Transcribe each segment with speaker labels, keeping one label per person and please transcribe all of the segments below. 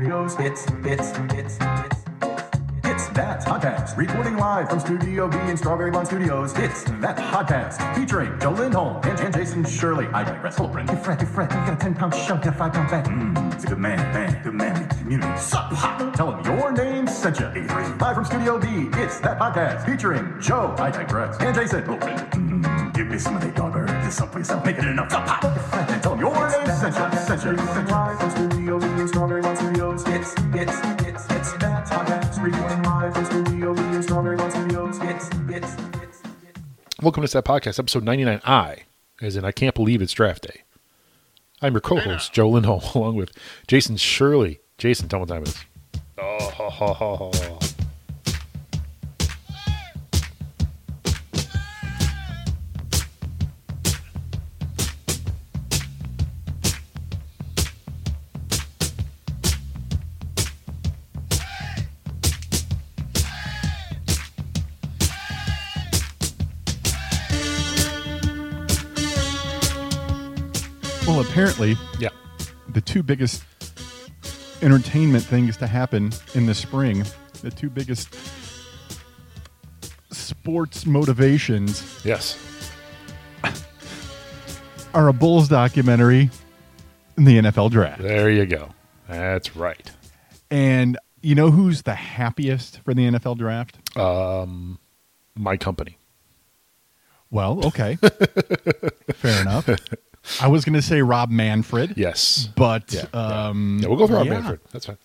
Speaker 1: It's, it's, it's, it's, it's,
Speaker 2: It's That Podcast, recording live from Studio B in Strawberry Lawn Studios. It's That Podcast, featuring Joe Lindholm and, and Jason Shirley. I digress. Hello, Brent. Hey, Fred, hey, Fred. You got a 10 pound shove, get a 5 pound back. Mmm, it's a good man, man, good man. Community. Sup, hot. Tell him your name sent you. A3. Live from Studio B, it's That Podcast, featuring Joe. I digress. And Jason. Oh, Brent. Mmm, give me some of that dogger. Just someplace else. Make it enough. Sup, hot. Hey, Fred, And tell him your name sent you. Sent you. Sent you. Live from Studio B in Strawberry Lawn Studios.
Speaker 1: it's, it's, it's, it's that podcast.
Speaker 2: Recording live from Studio B in Strawberry Lawn Studios.
Speaker 1: It's, it's, it's, it's.
Speaker 3: Welcome to That Podcast, episode 99I, as in I can't believe it's draft day. I'm your co host, Joe Lindholm, along with Jason Shirley. Jason, tell me what time it is. Oh, ho, ho, ho, ho.
Speaker 4: Well, apparently,
Speaker 3: Yeah.
Speaker 4: the two biggest entertainment things to happen in the spring, the two biggest sports motivations
Speaker 3: Yes.
Speaker 4: are a Bulls documentary and the NFL draft.
Speaker 3: There you go. That's right.
Speaker 4: And you know who's the happiest for the NFL draft?
Speaker 3: My company.
Speaker 4: Well, okay. Fair enough. I was going to say Rob Manfred,
Speaker 3: Yes.
Speaker 4: but
Speaker 3: Yeah, yeah.
Speaker 4: um,
Speaker 3: Yeah, we'll go for Rob
Speaker 4: yeah.
Speaker 3: Manfred. That's fine.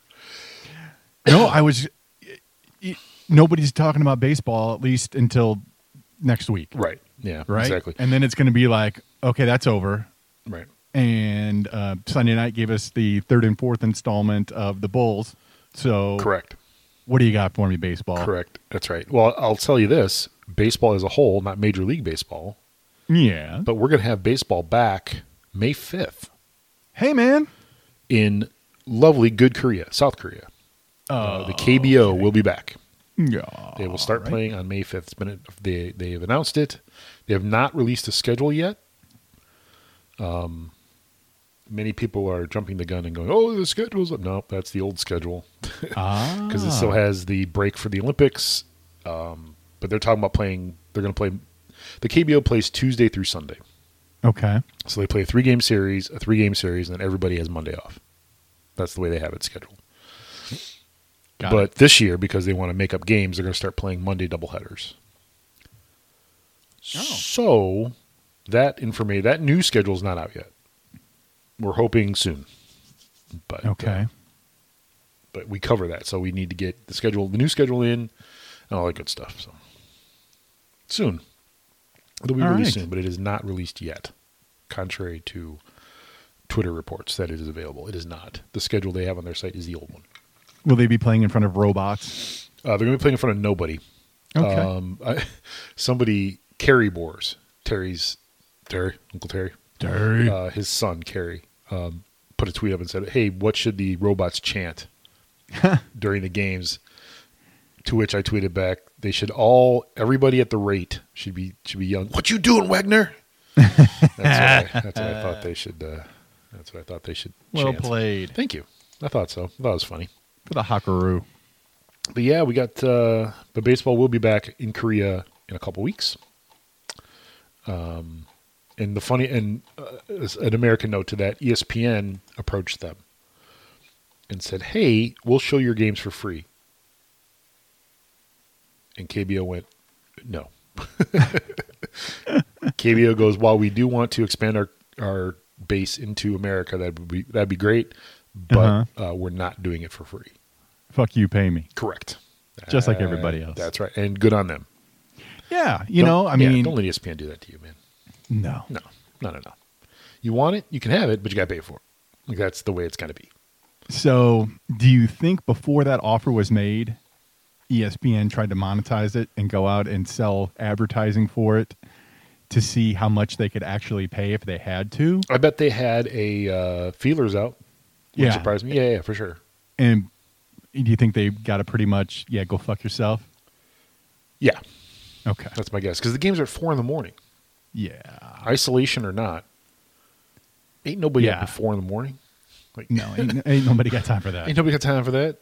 Speaker 4: No, I was. Nobody's talking about baseball at least until next week,
Speaker 3: Right. Yeah.
Speaker 4: Right?
Speaker 3: Exactly.
Speaker 4: And then it's going to be like, okay, that's over.
Speaker 3: right.
Speaker 4: And uh, Sunday night gave us the third and fourth installment of the Bulls. So
Speaker 3: Correct.
Speaker 4: What do you got for me, baseball?
Speaker 3: Correct. That's right. Well, I'll tell you this baseball as a whole, not Major League Baseball,
Speaker 4: Yeah.
Speaker 3: but we're going to have baseball back May 5th.
Speaker 4: hey, man.
Speaker 3: in lovely good Korea, South Korea. Uh, the KBO will be back.
Speaker 4: Yeah.
Speaker 3: They will start playing on May 5th. It's been, they, they have announced it. They have not released a schedule yet. Um, many people are jumping the gun and going, oh, the schedule's up. No, that's the old schedule
Speaker 4: Ah.
Speaker 3: because it still has the break for the Olympics. Um, but they're talking about playing, they're going to play, the KBO plays Tuesday through Sunday.
Speaker 4: Okay.
Speaker 3: So they play a three game series, a three game series, and then everybody has Monday off. That's the way they have it scheduled.
Speaker 4: Got
Speaker 3: but
Speaker 4: it.
Speaker 3: this year, because they want to make up games, they're going to start playing Monday doubleheaders.
Speaker 4: Oh.
Speaker 3: So that information, that new schedule is not out yet. We're hoping soon, but uh,
Speaker 4: Okay.
Speaker 3: but we cover that, so we need to get the schedule, the new schedule in, and all that good stuff. So soon, it'll be
Speaker 4: All
Speaker 3: released
Speaker 4: right.
Speaker 3: soon, but it is not released yet. Contrary to Twitter reports that it is available, it is not. The schedule they have on their site is the old one.
Speaker 4: Will they be playing in front of robots?
Speaker 3: Uh, they're going to be playing in front of nobody.
Speaker 4: Okay.
Speaker 3: Um, I, somebody, Carrie Bores, Terry's, Terry, Uncle Terry,
Speaker 4: Dirty.
Speaker 3: uh, his son, Carrie, um, put a tweet up and said, Hey, what should the robots chant during the games? To which I tweeted back, They should all, everybody at the rate should be, should be yelling, What you doing, Wagner? that's, what I, that's what I thought they should, uh, that's what I thought they should
Speaker 4: well
Speaker 3: chant.
Speaker 4: played
Speaker 3: Thank you. I thought so. I thought it was funny.
Speaker 4: for the Hockeroo.
Speaker 3: But yeah, we got uh but baseball will be back in Korea in a couple weeks. Um and the funny and uh, as an American note to that, E ESPN approached them and said, "Hey, we'll show your games for free." And KBO went, "No." KBO goes, "While we do want to expand our our base into America, that would be that'd be great, but uh, we're not doing it for free."
Speaker 4: Fuck you, pay me.
Speaker 3: Correct.
Speaker 4: Just like everybody else.
Speaker 3: That's right. And good on them.
Speaker 4: Yeah. You
Speaker 3: Don't-
Speaker 4: know, I
Speaker 3: yeah,
Speaker 4: mean,
Speaker 3: don't let E ESPN do that to you, man.
Speaker 4: no.
Speaker 3: No, no, no, no. You want it, you can have it, but you got to pay for it. Like, that's the way it's got to be.
Speaker 4: So, do you think before that offer was made, E ESPN tried to monetize it and go out and sell advertising for it to see how much they could actually pay if they had to?
Speaker 3: I bet they had a uh, feelers out. Would
Speaker 4: Yeah.
Speaker 3: surprise me. Yeah, yeah, for sure.
Speaker 4: And do you think they got to pretty much, yeah, go fuck yourself?
Speaker 3: Yeah,
Speaker 4: Okay.
Speaker 3: that's my guess. Because the games are at four in the morning,
Speaker 4: Yeah.
Speaker 3: isolation or not. Ain't nobody up
Speaker 4: Yeah.
Speaker 3: at four in the morning. Like,
Speaker 4: No, ain't, ain't nobody got time for
Speaker 3: ain't
Speaker 4: that.
Speaker 3: nobody got time for that.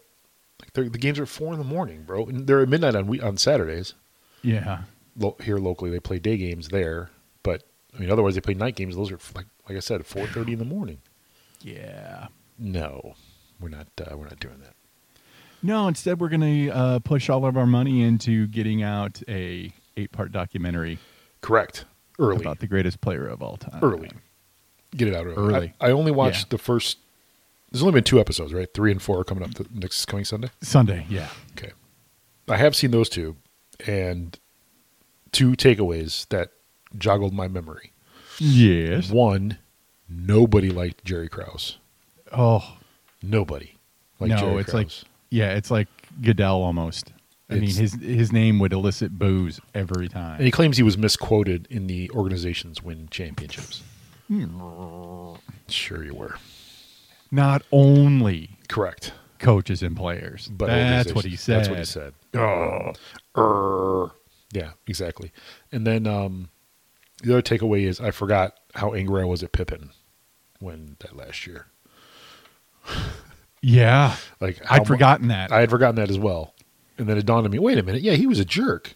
Speaker 3: Like they're- the games are at four in the morning, bro. And they're at midnight on we on Saturdays.
Speaker 4: Yeah.
Speaker 3: Lo- here locally, they play day games there, but I mean, otherwise they play night games. Those are like like I said, four thirty in the morning.
Speaker 4: Yeah.
Speaker 3: No, we're not. Uh, we're not doing that.
Speaker 4: No, instead we're going to uh, push all of our money into getting out a eight-part documentary
Speaker 3: Correct. Early.
Speaker 4: about the greatest player of all time.
Speaker 3: early. Get it out early.
Speaker 4: Early.
Speaker 3: I, I only watched
Speaker 4: Yeah.
Speaker 3: the first. There's only been two episodes, right? Three and four are coming up the next coming Sunday.
Speaker 4: Sunday, yeah.
Speaker 3: Okay. I have seen those two, and two takeaways that joggled my memory.
Speaker 4: Yes.
Speaker 3: One, nobody liked Jerry Krause.
Speaker 4: Oh,
Speaker 3: Nobody liked
Speaker 4: no,
Speaker 3: Jerry
Speaker 4: it's
Speaker 3: Krause.
Speaker 4: like yeah, it's like Goodell almost. I mean,
Speaker 3: It's-
Speaker 4: his his name would elicit boos every time.
Speaker 3: and he claims he was misquoted in the organization's win championships. Sure, you were.
Speaker 4: Not only
Speaker 3: Correct.
Speaker 4: coaches and players,
Speaker 3: But
Speaker 4: but that's
Speaker 3: organizations-
Speaker 4: what he said.
Speaker 3: That's what he said. Err. Yeah, exactly. And then um, the other takeaway is I forgot how angry I was at Pippin when that last year.
Speaker 4: Yeah,
Speaker 3: Like how
Speaker 4: I'd
Speaker 3: mu-
Speaker 4: forgotten that.
Speaker 3: I had forgotten that as well. And then it dawned on me. Wait a minute. Yeah, he was a jerk.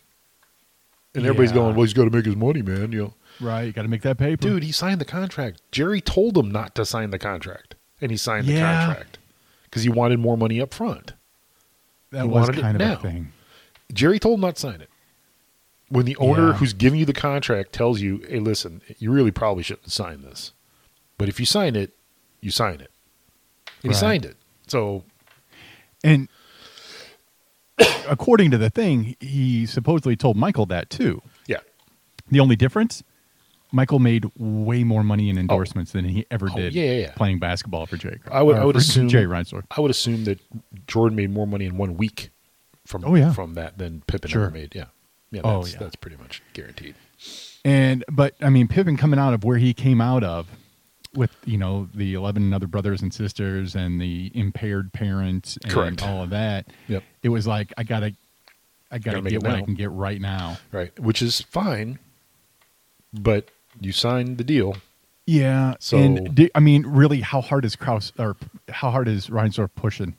Speaker 3: And everybody's
Speaker 4: Yeah.
Speaker 3: going, "Well, he's got to make his money, man." You know,
Speaker 4: right, you got to make that paper,
Speaker 3: dude, he signed the contract. Jerry told him not to sign the contract, and he signed the
Speaker 4: Yeah.
Speaker 3: contract because he wanted more money up front.
Speaker 4: That
Speaker 3: he
Speaker 4: was
Speaker 3: wanted it
Speaker 4: kind of
Speaker 3: now.
Speaker 4: a thing.
Speaker 3: Jerry told him not to sign it. When the owner
Speaker 4: Yeah.
Speaker 3: who's giving you the contract tells you, hey, listen, you really probably shouldn't sign this. But if you sign it, you sign it. And he
Speaker 4: Right.
Speaker 3: signed it. So,
Speaker 4: And according to the thing, he supposedly told Michael that too.
Speaker 3: yeah.
Speaker 4: The only difference, Michael made way more money in endorsements than he ever
Speaker 3: Oh,
Speaker 4: did
Speaker 3: yeah, yeah, yeah.
Speaker 4: playing basketball for Jay. Cr-
Speaker 3: I would-
Speaker 4: or
Speaker 3: I would
Speaker 4: for
Speaker 3: assume-
Speaker 4: Jerry Reinsdorf.
Speaker 3: I would assume that Jordan made more money in one week from
Speaker 4: Oh, yeah.
Speaker 3: from that than Pippen
Speaker 4: Sure.
Speaker 3: ever made. Yeah. Yeah,
Speaker 4: Oh,
Speaker 3: that's,
Speaker 4: yeah.
Speaker 3: that's pretty much guaranteed.
Speaker 4: And but I mean, Pippen coming out of where he came out of, with you know the eleven other brothers and sisters and the impaired parents and
Speaker 3: Correct.
Speaker 4: all of that.
Speaker 3: Yep.
Speaker 4: It was like I gotta, I gotta,
Speaker 3: Gotta make
Speaker 4: get
Speaker 3: it
Speaker 4: what I
Speaker 3: now.
Speaker 4: can get right now.
Speaker 3: Right. Which is fine, but you signed the deal.
Speaker 4: Yeah.
Speaker 3: So-
Speaker 4: and di- I mean, really, how hard is Kraus or how hard is Reinsdorf pushing?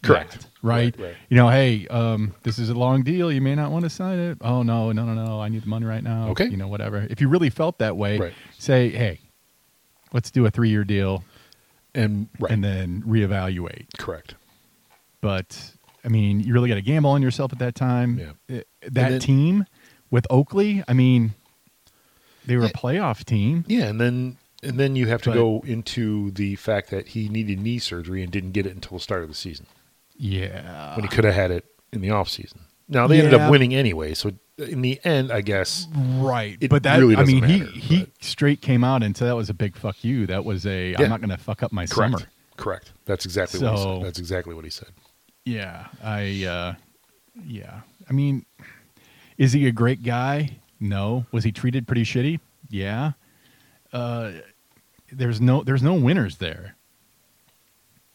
Speaker 3: Correct.
Speaker 4: that, right?
Speaker 3: Right, right.
Speaker 4: You know, hey, um, this is a long deal. You may not want to sign it. Oh no, no, no, no! I need the money right now.
Speaker 3: Okay.
Speaker 4: You know, whatever. If you really felt that way,
Speaker 3: Right.
Speaker 4: say, hey, let's do a three-year deal
Speaker 3: And right.
Speaker 4: and then reevaluate.
Speaker 3: Correct.
Speaker 4: But I mean, you really got to gamble on yourself at that time.
Speaker 3: Yeah.
Speaker 4: It- That
Speaker 3: then-
Speaker 4: team with Oakley, I mean, they were a playoff team.
Speaker 3: Yeah, and then and then you have to
Speaker 4: But-
Speaker 3: go into the fact that he needed knee surgery and didn't get it until the start of the season
Speaker 4: Yeah.
Speaker 3: when he could have had it in the off season. Now they ended
Speaker 4: Ah. Yeah.
Speaker 3: up winning anyway, so in the end, I guess
Speaker 4: Right.
Speaker 3: It
Speaker 4: but that
Speaker 3: really
Speaker 4: I mean
Speaker 3: doesn't matter,
Speaker 4: he he
Speaker 3: but-
Speaker 4: straight came out and said that was a big fuck you. That was a
Speaker 3: Yeah.
Speaker 4: am not going to fuck up my
Speaker 3: correct,
Speaker 4: summer.
Speaker 3: correct. That's exactly what he
Speaker 4: So-
Speaker 3: said. That's exactly what he said.
Speaker 4: Yeah. I uh yeah. I mean is he a great guy? No. Was he treated pretty shitty? Yeah. Uh there's no there's no winners there.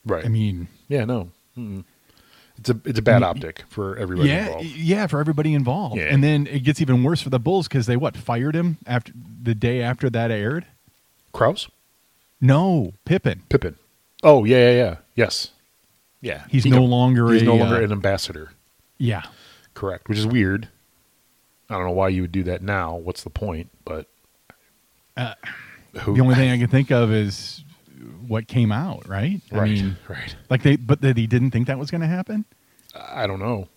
Speaker 3: Right.
Speaker 4: I mean,
Speaker 3: yeah, no, Mm-mm. it's a it's a bad
Speaker 4: I
Speaker 3: optic for everybody
Speaker 4: yeah,
Speaker 3: involved.
Speaker 4: yeah, for everybody involved.
Speaker 3: Yeah.
Speaker 4: And then it gets even worse for the Bulls cuz they what? Fired him after the day after that aired?
Speaker 3: Kraus,
Speaker 4: No, Pippen.
Speaker 3: Pippin. Oh yeah, yeah, yeah. Yes. Yeah.
Speaker 4: He's
Speaker 3: He
Speaker 4: no
Speaker 3: com-
Speaker 4: longer
Speaker 3: he's
Speaker 4: a,
Speaker 3: no longer
Speaker 4: uh,
Speaker 3: an ambassador.
Speaker 4: Yeah.
Speaker 3: Correct, which is weird. I don't know why you would do that now. What's the point? But who?
Speaker 4: Uh, the only thing I can think of is what came out, right? I
Speaker 3: right,
Speaker 4: mean,
Speaker 3: right.
Speaker 4: like they, but that he didn't think that was going to happen.
Speaker 3: I don't know.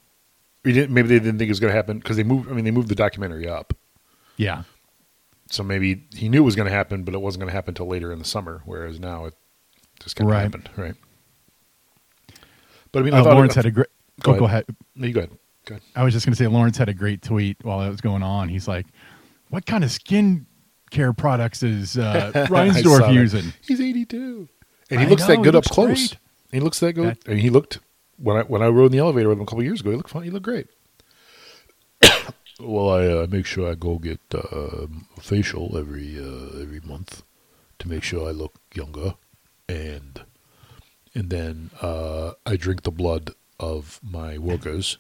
Speaker 3: We didn't, maybe they didn't think it was going to happen because they moved. I mean, they moved the documentary up,
Speaker 4: Yeah,
Speaker 3: so maybe he knew it was going to happen, but it wasn't going to happen until later in the summer. Whereas now it just kind of
Speaker 4: Right.
Speaker 3: happened, right? But I mean, I
Speaker 4: uh,
Speaker 3: thought
Speaker 4: Lawrence
Speaker 3: it,
Speaker 4: had a great.
Speaker 3: Go
Speaker 4: oh, go ahead.
Speaker 3: ahead. No, you go ahead. Go ahead.
Speaker 4: I was just going to say Lawrence had a great tweet while that was going on. He's like, "What kind of skin care products is uh,
Speaker 3: I saw
Speaker 4: Reinsdorf
Speaker 3: that.
Speaker 4: using?"
Speaker 3: He's 82. And he
Speaker 4: I
Speaker 3: looks
Speaker 4: know,
Speaker 3: that
Speaker 4: he
Speaker 3: good
Speaker 4: looks
Speaker 3: up close.
Speaker 4: great.
Speaker 3: He looks that good.
Speaker 4: That-
Speaker 3: I mean, he looked when I when I rode in the elevator with him a couple years ago. He looked fine. He looked great. well, I uh, make sure I go get uh, facial every uh, every month to make sure I look younger, and and then uh, I drink the blood of my workers,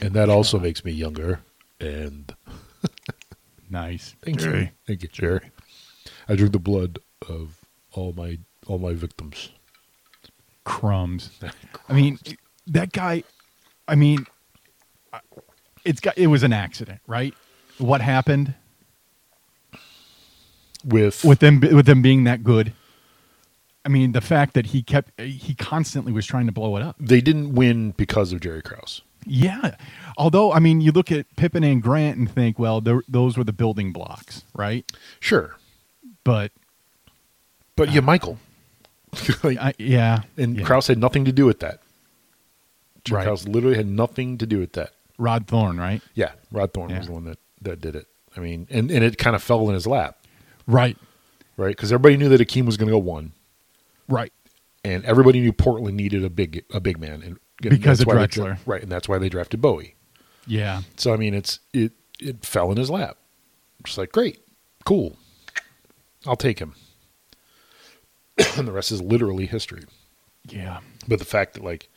Speaker 3: and that also makes me younger. And
Speaker 4: Nice.
Speaker 3: Thank you. Thank you, Jerry. I drink the blood of all my all my victims.
Speaker 4: crumbs. I mean, that guy. I mean, I- it's got. It was an accident, right? What happened
Speaker 3: with
Speaker 4: with them? With them being that good. I mean, the fact that he kept he constantly was trying to blow it up.
Speaker 3: they didn't win because of Jerry Krause.
Speaker 4: Yeah. Although, I mean, you look at Pippen and Grant and think, well, tho- those were the building blocks, right?
Speaker 3: Sure,
Speaker 4: But
Speaker 3: but yeah, Michael. Like,
Speaker 4: I, yeah,
Speaker 3: and
Speaker 4: yeah.
Speaker 3: Krause had nothing to do with that. Jerry
Speaker 4: Right.
Speaker 3: Krause literally had nothing to do with that.
Speaker 4: Rod Thorne, right?
Speaker 3: Yeah, Rod Thorne
Speaker 4: Yeah.
Speaker 3: was the one that, that did it. I mean, and, and it kind of fell in his lap,
Speaker 4: Right,
Speaker 3: right? Because everybody knew that Akeem was going to go one,
Speaker 4: right.
Speaker 3: and everybody knew Portland needed a big a big man, and and
Speaker 4: Because
Speaker 3: that's
Speaker 4: of
Speaker 3: why they dra-
Speaker 4: Drexler.
Speaker 3: right? And that's why they drafted Bowie.
Speaker 4: Yeah,
Speaker 3: So I mean, it's it it fell in his lap. Just like great, cool, I'll take him. and the rest is literally history.
Speaker 4: yeah,
Speaker 3: But the fact that like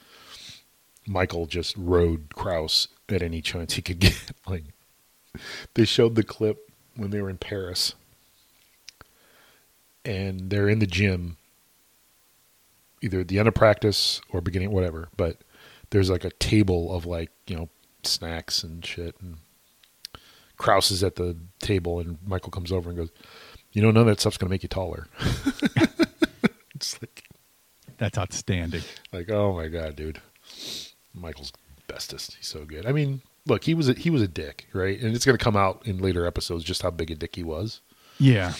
Speaker 3: Michael just rode Kraus at any chance he could get, like they showed the clip when they were in Paris, and they're in the gym, either at the end of practice or beginning whatever. But there's like a table of like you know snacks and shit, and Kraus is at the table, and Michael comes over and goes, "You know, none of that stuff's gonna make you taller." it's like
Speaker 4: that's outstanding.
Speaker 3: like, oh my god, dude, Michael's bestest. He's so good. I mean, look, he was a, he was a dick, right? And it's going to come out in later episodes just how big a dick he was.
Speaker 4: Yeah,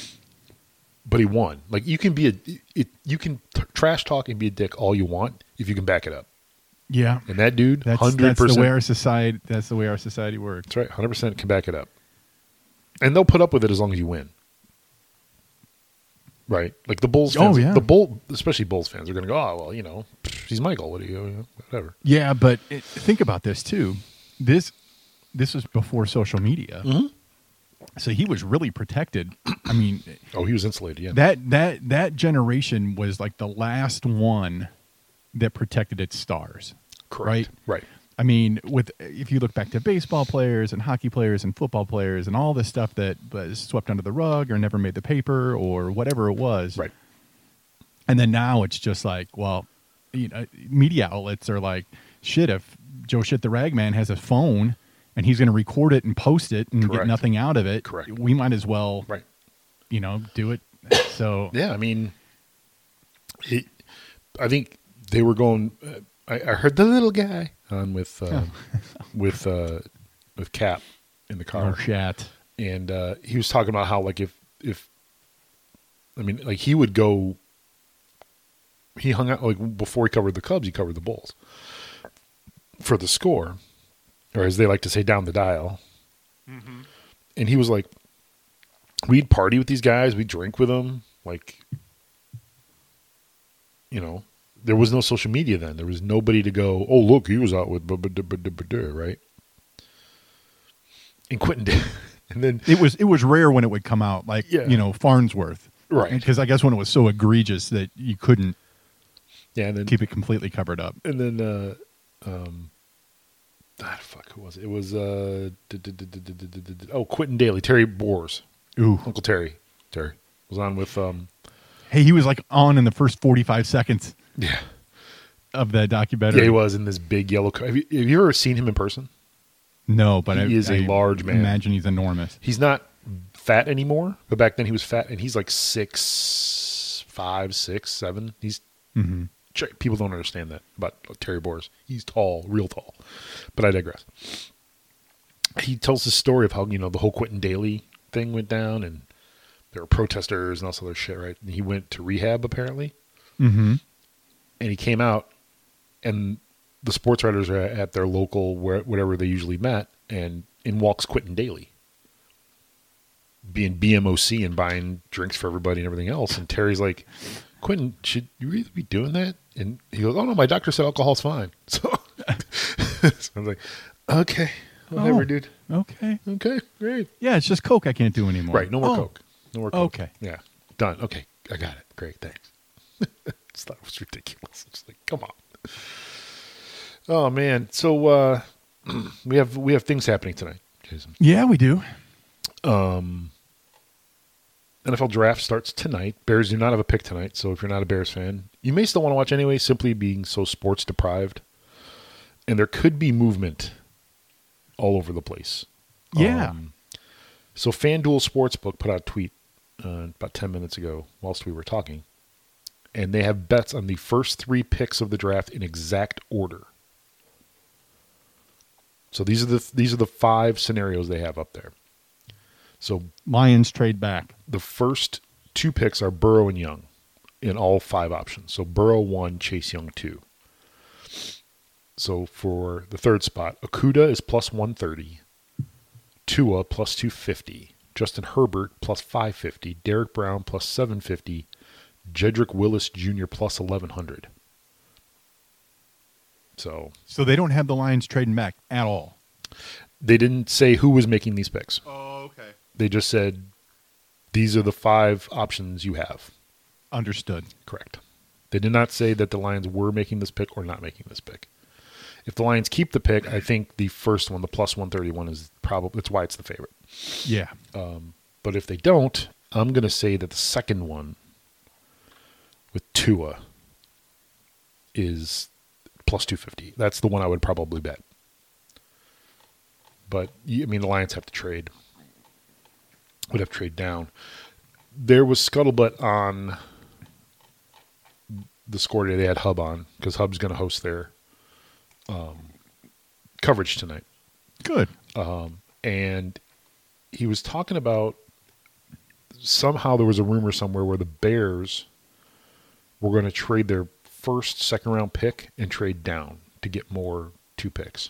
Speaker 3: But he won. Like you can be a it, you can t- trash talk and be a dick all you want if you can back it up.
Speaker 4: yeah.
Speaker 3: And that dude,
Speaker 4: That's
Speaker 3: hundred
Speaker 4: that's the way our
Speaker 3: percent,
Speaker 4: society that's the way our society works.
Speaker 3: that's right, hundred percent can back it up. And they'll put up with it as long as you win. Right, like the Bulls.
Speaker 4: Oh,
Speaker 3: Fans,
Speaker 4: yeah.
Speaker 3: the Bull, especially Bulls fans, are going to go. Oh well, you know, pff, he's Michael. What do you, you know, whatever.
Speaker 4: Yeah, but it, think about this too. This this was before social media,
Speaker 3: Mm-hmm.
Speaker 4: so he was really protected. I mean,
Speaker 3: Oh, he was insulated. Yeah,
Speaker 4: that that that generation was like the last one that protected its stars.
Speaker 3: correct.
Speaker 4: right.
Speaker 3: Right.
Speaker 4: I mean, with if you look back to baseball players and hockey players and football players and all this stuff that was swept under the rug or never made the paper or whatever it was,
Speaker 3: Right.
Speaker 4: And then now it's just like, well, you know, media outlets are like, shit, if Joe Shit the Ragman has a phone and he's going to record it and post it and
Speaker 3: Correct.
Speaker 4: get nothing out of it,
Speaker 3: Correct.
Speaker 4: we might as well,
Speaker 3: Right.
Speaker 4: you know, do it. So,
Speaker 3: Yeah, I mean, it, I think they were going. Uh, I, I heard the little guy on with uh, with uh, with Cap in the car,
Speaker 4: oh, chat.
Speaker 3: and uh, he was talking about how like if if I mean like he would go. He hung out like before he covered the Cubs, he covered the Bulls for the score, or as they like to say, down the dial. And he was like, we'd party with these guys, we'd drink with them, like, you know, there was no social media then. There was nobody to go, oh look, he was out with, bu- bu- du- bu- du- bu- du," right? And Quentin did, and then
Speaker 4: it was it was rare when it would come out, like
Speaker 3: Yeah.
Speaker 4: you know Farnsworth,
Speaker 3: Right.
Speaker 4: Because I guess when it was so egregious that you couldn't
Speaker 3: yeah, and then
Speaker 4: keep it completely covered up.
Speaker 3: and then uh um ah, fuck who was it? It was uh d- d- d- d- d- d- d- d- oh Quentin Daly, Terry Boers,
Speaker 4: Ooh,
Speaker 3: Uncle Terry. Terry was on with um
Speaker 4: hey, he was like on in the first forty five seconds
Speaker 3: yeah
Speaker 4: of that documentary.
Speaker 3: yeah he was in this big yellow. Co- have, you, have you ever seen him in person?
Speaker 4: No, but
Speaker 3: He
Speaker 4: I,
Speaker 3: is a
Speaker 4: I
Speaker 3: large man.
Speaker 4: Imagine he's enormous.
Speaker 3: He's not fat anymore, but back then he was fat, and he's like six, five, six, seven. He's
Speaker 4: hmm
Speaker 3: Ch- people don't understand that about Terry Boris. He's tall, real tall. But I digress. He tells the story of how you know the whole Quentin Daly thing went down, and there were protesters and all this other shit, right? And he went to rehab apparently,
Speaker 4: hmm
Speaker 3: and he came out, and the sports writers are at their local where whatever they usually met, and in walks Quentin Daly, being BMOC and buying drinks for everybody and everything else. And Terry's like, Quentin, should you really be doing that? And he goes, Oh no, my doctor said alcohol's fine. So, so I'm like, Okay, whatever,
Speaker 4: Oh.
Speaker 3: dude.
Speaker 4: Okay.
Speaker 3: Okay, great.
Speaker 4: Yeah, it's just Coke I can't do anymore.
Speaker 3: Right, no more
Speaker 4: Oh,
Speaker 3: coke. No more coke.
Speaker 4: Okay.
Speaker 3: Yeah, done. Okay, I got it. Great, thanks. Just thought it was ridiculous. It's like, come on. Oh man, so uh, we have we have things happening tonight, Jason.
Speaker 4: Yeah, we do.
Speaker 3: NFL draft starts tonight. Bears do not have a pick tonight, so if you're not a Bears fan, you may still want to watch anyway, simply being so sports deprived. And there could be movement all over the place.
Speaker 4: Yeah.
Speaker 3: Um, so FanDuel Sportsbook put out a tweet uh, about 10 minutes ago whilst we were talking, and they have bets on the first three picks of the draft in exact order. So these are the these are the five scenarios they have up there. So
Speaker 4: Lions trade back.
Speaker 3: the first two picks are Burrow and Young in all five options. So Burrow one, Chase Young two. So for the third spot, Akuda is plus 130, Tua plus 250, Justin Herbert plus 550, Derek Brown plus 750, Jedrick Willis Jr. plus 1100. So
Speaker 4: So they don't have the Lions trading back at all.
Speaker 3: they didn't say who was making these picks.
Speaker 4: Oh, okay.
Speaker 3: They just said these are the five options you have.
Speaker 4: Understood.
Speaker 3: Correct. They did not say that the Lions were making this pick or not making this pick. If the Lions keep the pick, I think the first one, the plus 131, is probably that's why it's the favorite.
Speaker 4: Yeah.
Speaker 3: Uh, But if they don't, I'm going to say that the second one with Tua is plus 250. That's the one I would probably bet. But y- I mean, the Lions have to trade. Would have to trade down. There was scuttlebutt on the score today. They had Hub on because Hub's going to host their um, coverage tonight
Speaker 4: Good.
Speaker 3: and he was talking about somehow there was a rumor somewhere where the Bears were going to trade their first second round pick and trade down to get more two picks.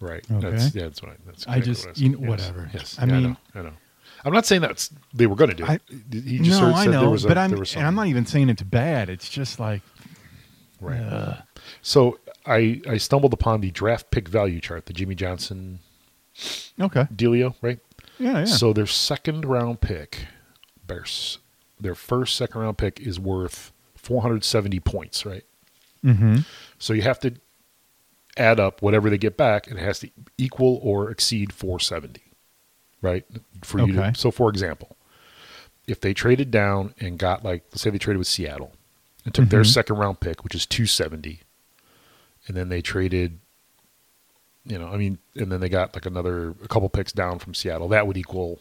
Speaker 3: Right. That's
Speaker 4: Okay.
Speaker 3: yeah, that's what I that's
Speaker 4: I just-
Speaker 3: was-
Speaker 4: you know,
Speaker 3: yes,
Speaker 4: whatever.
Speaker 3: Yes.
Speaker 4: I
Speaker 3: Yeah,
Speaker 4: mean-
Speaker 3: I know. I know. I'm not saying that's they were going to do it.
Speaker 4: I-
Speaker 3: he just
Speaker 4: no,
Speaker 3: heard
Speaker 4: I
Speaker 3: said
Speaker 4: know,
Speaker 3: there was a,
Speaker 4: but I'm
Speaker 3: there was
Speaker 4: and I'm
Speaker 3: something.
Speaker 4: not even saying it's bad. It's just like uh.
Speaker 3: Right. So I I stumbled upon the draft pick value chart, the Jimmy Johnson
Speaker 4: okay,
Speaker 3: dealio, right?
Speaker 4: yeah, yeah.
Speaker 3: So their second round pick, Bears, their first second round pick is worth 470 points, right?
Speaker 4: mm-hmm.
Speaker 3: So you have to add up whatever they get back, and it has to equal or exceed 470, right? For you
Speaker 4: Okay.
Speaker 3: to, so for example, if they traded down and got like, let's say they traded with Seattle and took their
Speaker 4: Mhm.
Speaker 3: second round pick, which is 270, and then they traded, you know, I mean, and then they got like another a couple picks down from Seattle, that would equal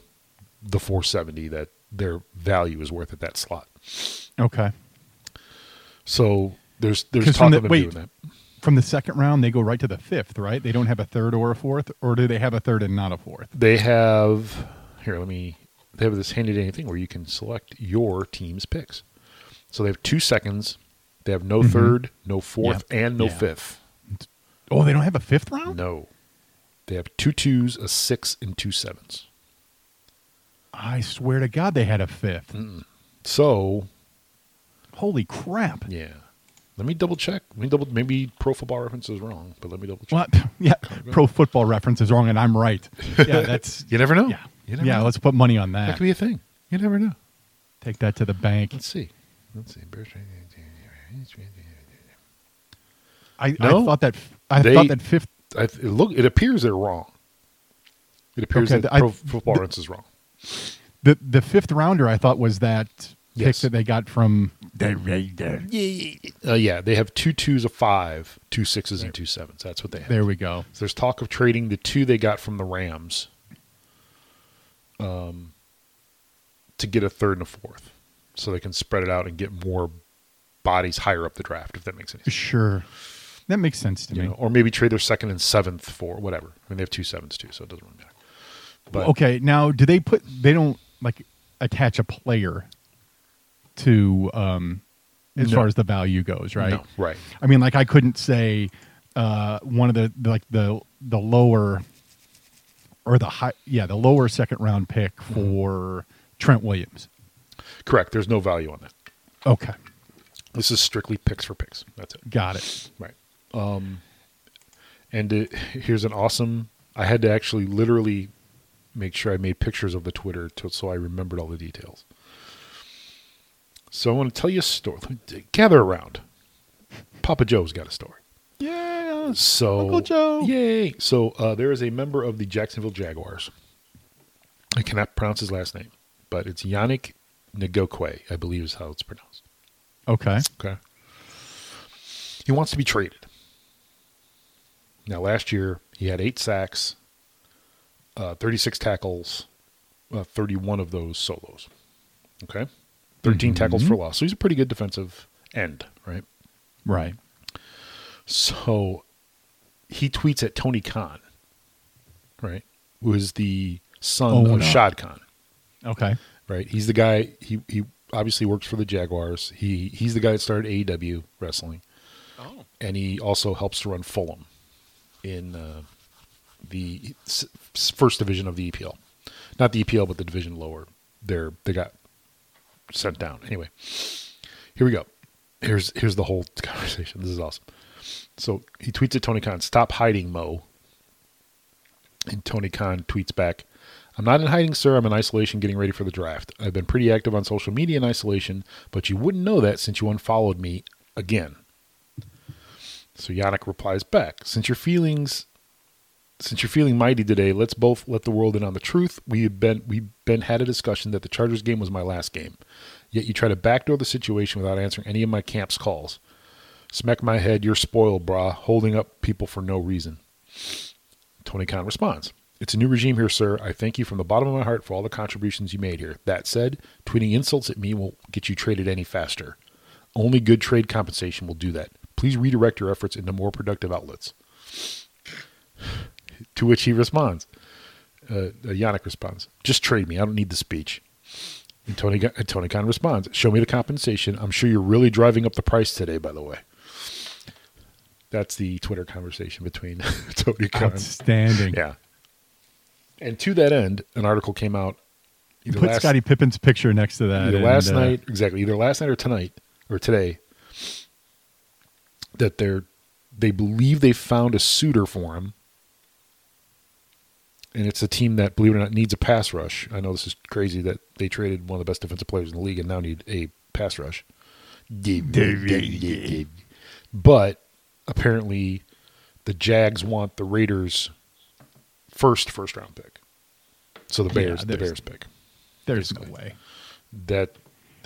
Speaker 3: the 470 that their value is worth at that slot.
Speaker 4: okay.
Speaker 3: So there's there's
Speaker 4: 'Cause
Speaker 3: talk
Speaker 4: from
Speaker 3: of
Speaker 4: the-
Speaker 3: them
Speaker 4: wait.
Speaker 3: doing that.
Speaker 4: From the second round, they go right to the fifth, right? They don't have a third or a fourth, or do they have a third and not a fourth?
Speaker 3: they have here let me they have this handy dandy thing where you can select your team's picks so they have two seconds they have no third no fourth and no
Speaker 4: Mm-hmm. Yeah.
Speaker 3: fifth
Speaker 4: Oh, they don't have a fifth round.
Speaker 3: no they have two twos a six and two sevens
Speaker 4: I swear to God, they had a 5th
Speaker 3: Mm. so
Speaker 4: Holy crap!
Speaker 3: yeah let me double check let me double maybe pro football reference is wrong but let me double check
Speaker 4: What? Yeah, pro football reference is wrong, and I'm right. Yeah, that's
Speaker 3: you never know
Speaker 4: yeah,
Speaker 3: you never
Speaker 4: yeah.
Speaker 3: know.
Speaker 4: Let's put money on
Speaker 3: that
Speaker 4: that.
Speaker 3: could be a thing you never know
Speaker 4: Take that to the bank.
Speaker 3: let's see let's see Bears-
Speaker 4: I, I
Speaker 3: No.
Speaker 4: thought that I
Speaker 3: They-
Speaker 4: thought that fifth.
Speaker 3: I, it look it appears they're wrong it appears
Speaker 4: Okay,
Speaker 3: that
Speaker 4: I-
Speaker 3: pro football
Speaker 4: th-
Speaker 3: reference is wrong
Speaker 4: The the fifth rounder I thought was that pick
Speaker 3: Yes.
Speaker 4: that they got from the Raider.
Speaker 3: Uh, yeah, they have two twos, a five, two sixes, and two sevens. That's what they have.
Speaker 4: There we go.
Speaker 3: So there's talk of trading the two they got from the Rams um, to get a third and a fourth so they can spread it out and get more bodies higher up the draft, if that makes any sense.
Speaker 4: Sure, that makes sense to
Speaker 3: You
Speaker 4: me.
Speaker 3: know, or maybe trade their second and seventh for whatever. I mean, they have two sevens too, so it doesn't really matter. But
Speaker 4: okay, now do they put? They don't like attach a player to um as
Speaker 3: No.
Speaker 4: far as the value goes, right?
Speaker 3: no, right.
Speaker 4: I mean, like I couldn't say uh, one of the like the the lower or the high, yeah, the lower second round pick
Speaker 3: Mm-hmm.
Speaker 4: for Trent Williams.
Speaker 3: Correct. There's no value on that.
Speaker 4: Okay,
Speaker 3: This is strictly picks for picks. That's it.
Speaker 4: got it.
Speaker 3: Right. Um, and it, here's an awesome. I had to actually literally make sure I made pictures of the Twitter to, so I remembered all the details. So I want to tell you a story. Gather around. Papa Joe's got a story.
Speaker 4: Yeah.
Speaker 3: So
Speaker 4: Uncle Joe.
Speaker 3: yay! So uh, there is a member of the Jacksonville Jaguars I cannot pronounce his last name, but it's Yannick Ngokwe, I believe is how it's pronounced.
Speaker 4: Okay.
Speaker 3: Okay. He wants to be traded. Now, last year, he had eight sacks, uh, 36 tackles, uh, 31 of those solos. Okay. 13 tackles for loss. So he's a pretty good defensive end, right?
Speaker 4: Right.
Speaker 3: So he tweets at Tony Khan, right? Who is the son
Speaker 4: Oh,
Speaker 3: of
Speaker 4: no.
Speaker 3: Shad Khan,
Speaker 4: Okay.
Speaker 3: right? He's the guy, he, he obviously works for the Jaguars. He, he's the guy that started AEW wrestling.
Speaker 5: Oh,
Speaker 3: and he also helps to run Fulham in uh, the s- first division of the EPL, not the EPL but the division lower. They're they got sent down anyway. Here we go. Here's here's the whole conversation. This is awesome. So he tweets at Tony Khan, "Stop hiding, Mo." And Tony Khan tweets back, "I'm not in hiding, sir. I'm in isolation, getting ready for the draft. I've been pretty active on social media in isolation, but you wouldn't know that since you unfollowed me again." So Yannick replies back, "Since your feelings, since you're feeling mighty today, let's both let the world in on the truth. We've been we've been had a discussion that the Chargers game was my last game, yet you try to backdoor the situation without answering any of my camp's calls. Smack my head, you're spoiled, brah, holding up people for no reason." Tony Khan responds, "It's a new regime here, sir. I thank you from the bottom of my heart for all the contributions you made here. That said, tweeting insults at me won't get you traded any faster." Only good trade compensation will do that. Please redirect your efforts into more productive outlets. to which he responds, uh, uh, Yannick responds, just trade me. I don't need the speech. And Tony, Ga- uh, Tony Khan responds, show me the compensation. I'm sure you're really driving up the price today, by the way. That's the Twitter conversation between Tony Khan.
Speaker 4: Outstanding.
Speaker 3: Yeah. And to that end, an article came out.
Speaker 4: You
Speaker 3: either
Speaker 4: put
Speaker 3: last-
Speaker 4: Scottie Pippen's picture next to that.
Speaker 3: either
Speaker 4: and,
Speaker 3: last
Speaker 4: uh,
Speaker 3: night exactly either last night or tonight or today that they're they believe they found a suitor for him and it's a team that believe it or not needs a pass rush i know this is crazy that they traded one of the best defensive players in the league and now need a pass rush but apparently the jags want the raiders first first round pick so the
Speaker 4: Yeah,
Speaker 3: bears the
Speaker 4: there's-
Speaker 3: bears pick
Speaker 4: There's no way.
Speaker 3: that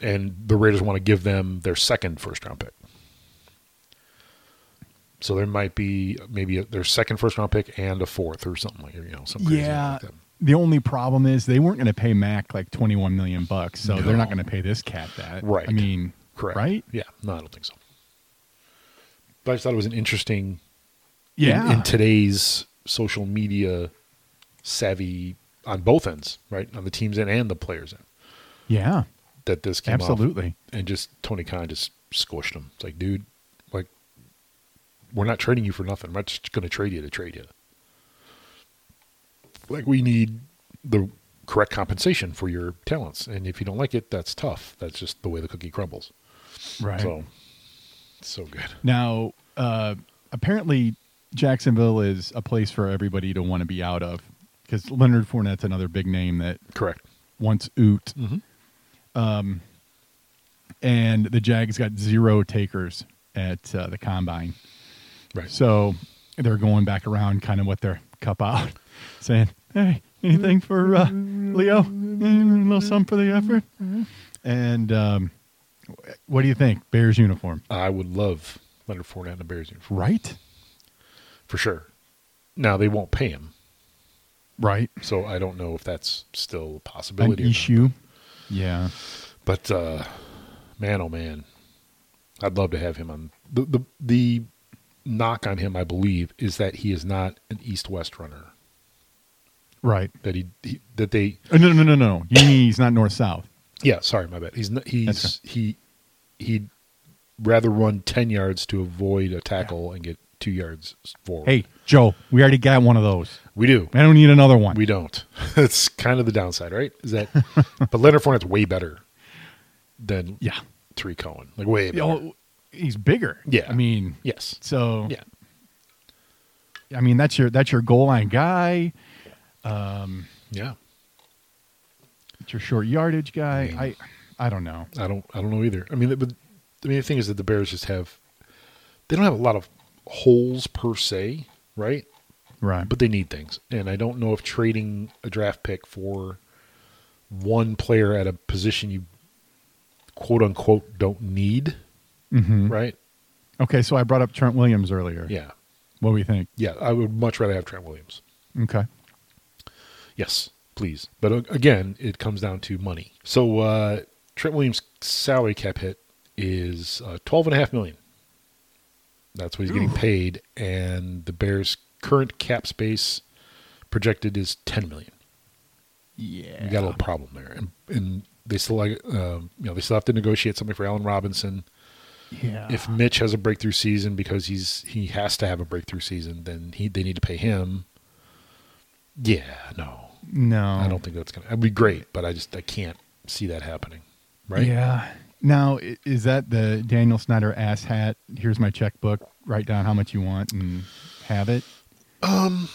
Speaker 3: and the Raiders want to give them their second first round pick. So there might be maybe a, their second first round pick and a fourth or something like you know some crazy
Speaker 4: Yeah.
Speaker 3: like that.
Speaker 4: The only problem is they weren't going to pay Mac like 21 million bucks, so they're
Speaker 3: No.
Speaker 4: not going to pay this cat that.
Speaker 3: Right.
Speaker 4: I mean,
Speaker 3: correct
Speaker 4: Right?
Speaker 3: yeah no I don't think so but I just thought it was an interesting
Speaker 4: Yeah.
Speaker 3: in, in today's social media savvy on both ends right on the teams end and the players end
Speaker 4: yeah.
Speaker 3: that this came off.
Speaker 4: Absolutely.
Speaker 3: and just Tony Khan just squished him. It's like, dude, like we're not trading you for nothing. We're not just going to trade you to trade you. Like we need the correct compensation for your talents, and if you don't like it, that's tough. That's just the way the cookie crumbles.
Speaker 4: Right.
Speaker 3: So, so good.
Speaker 4: Now, uh, apparently, Jacksonville is a place for everybody to want to be out of because Leonard Fournette's another big name that
Speaker 3: Correct.
Speaker 4: wants oot,
Speaker 3: Mm-hmm.
Speaker 4: and the Jags got zero takers at uh, the combine,
Speaker 3: Right.
Speaker 4: so they're going back around, kind of with their cup out, saying, "Hey, anything for uh, Leo? Mm, A little something for the effort." And um, what do you think? Bears uniform,
Speaker 3: I would love Leonard Fournette in the Bears uniform
Speaker 4: right?
Speaker 3: for sure. Now they won't pay him,
Speaker 4: Right.
Speaker 3: so I don't know if that's still a
Speaker 4: An
Speaker 3: possibility. or not.
Speaker 4: issue. Yeah.
Speaker 3: But uh, man, oh man, I'd love to have him on. The, the the knock on him, I believe, is that he is not an East West runner.
Speaker 4: Right.
Speaker 3: That he, he that they
Speaker 4: Oh, no, no, no, no. You mean he's not north south.
Speaker 3: yeah. Sorry, my bad. He's not, he's
Speaker 4: That's
Speaker 3: he he'd rather run ten yards to avoid a tackle and get two yards forward.
Speaker 4: Hey, Joe, we already got one of those.
Speaker 3: we do.
Speaker 4: I don't need another one.
Speaker 3: We don't. That's kind of the downside, right? Is that but Leonard Fournette's way better than
Speaker 4: yeah.
Speaker 3: Tariq Cohen. Like way better.
Speaker 4: Oh, he's bigger.
Speaker 3: Yeah.
Speaker 4: I mean,
Speaker 3: yes.
Speaker 4: so
Speaker 3: Yeah.
Speaker 4: I mean, that's your that's your goal line guy.
Speaker 3: Yeah.
Speaker 4: It's your short yardage guy.
Speaker 3: Yeah.
Speaker 4: I I don't know.
Speaker 3: I don't I don't know either. I mean, but I mean the thing is that the Bears just have they don't have a lot of holes per se, right?
Speaker 4: Right.
Speaker 3: But they need things, and I don't know if trading a draft pick for one player at a position you quote unquote don't need,
Speaker 4: Mm-hmm.
Speaker 3: right?
Speaker 4: Okay, so I brought up Trent Williams earlier.
Speaker 3: Yeah.
Speaker 4: What do we think?
Speaker 3: Yeah, I would much rather have Trent Williams.
Speaker 4: Okay.
Speaker 3: Yes, please. But uh, again, it comes down to money. So uh, Trent Williams' salary cap hit is uh, twelve and a half million. That's what he's getting paid, and the Bears' current cap space projected is ten million.
Speaker 4: Yeah.
Speaker 3: We got a little problem there, and and they still like um, you know they still have to negotiate something for Allen Robinson.
Speaker 4: yeah.
Speaker 3: If Mitch has a breakthrough season because he's he has to have a breakthrough season, then he they need to pay him. Yeah, no,
Speaker 4: no,
Speaker 3: I don't think that's gonna. It'd be great, but I just I can't see that happening. Right?
Speaker 4: Yeah. Now i- is that the Daniel Snyder ass hat? Here's my checkbook. Write down how much you want and have it.
Speaker 3: Um.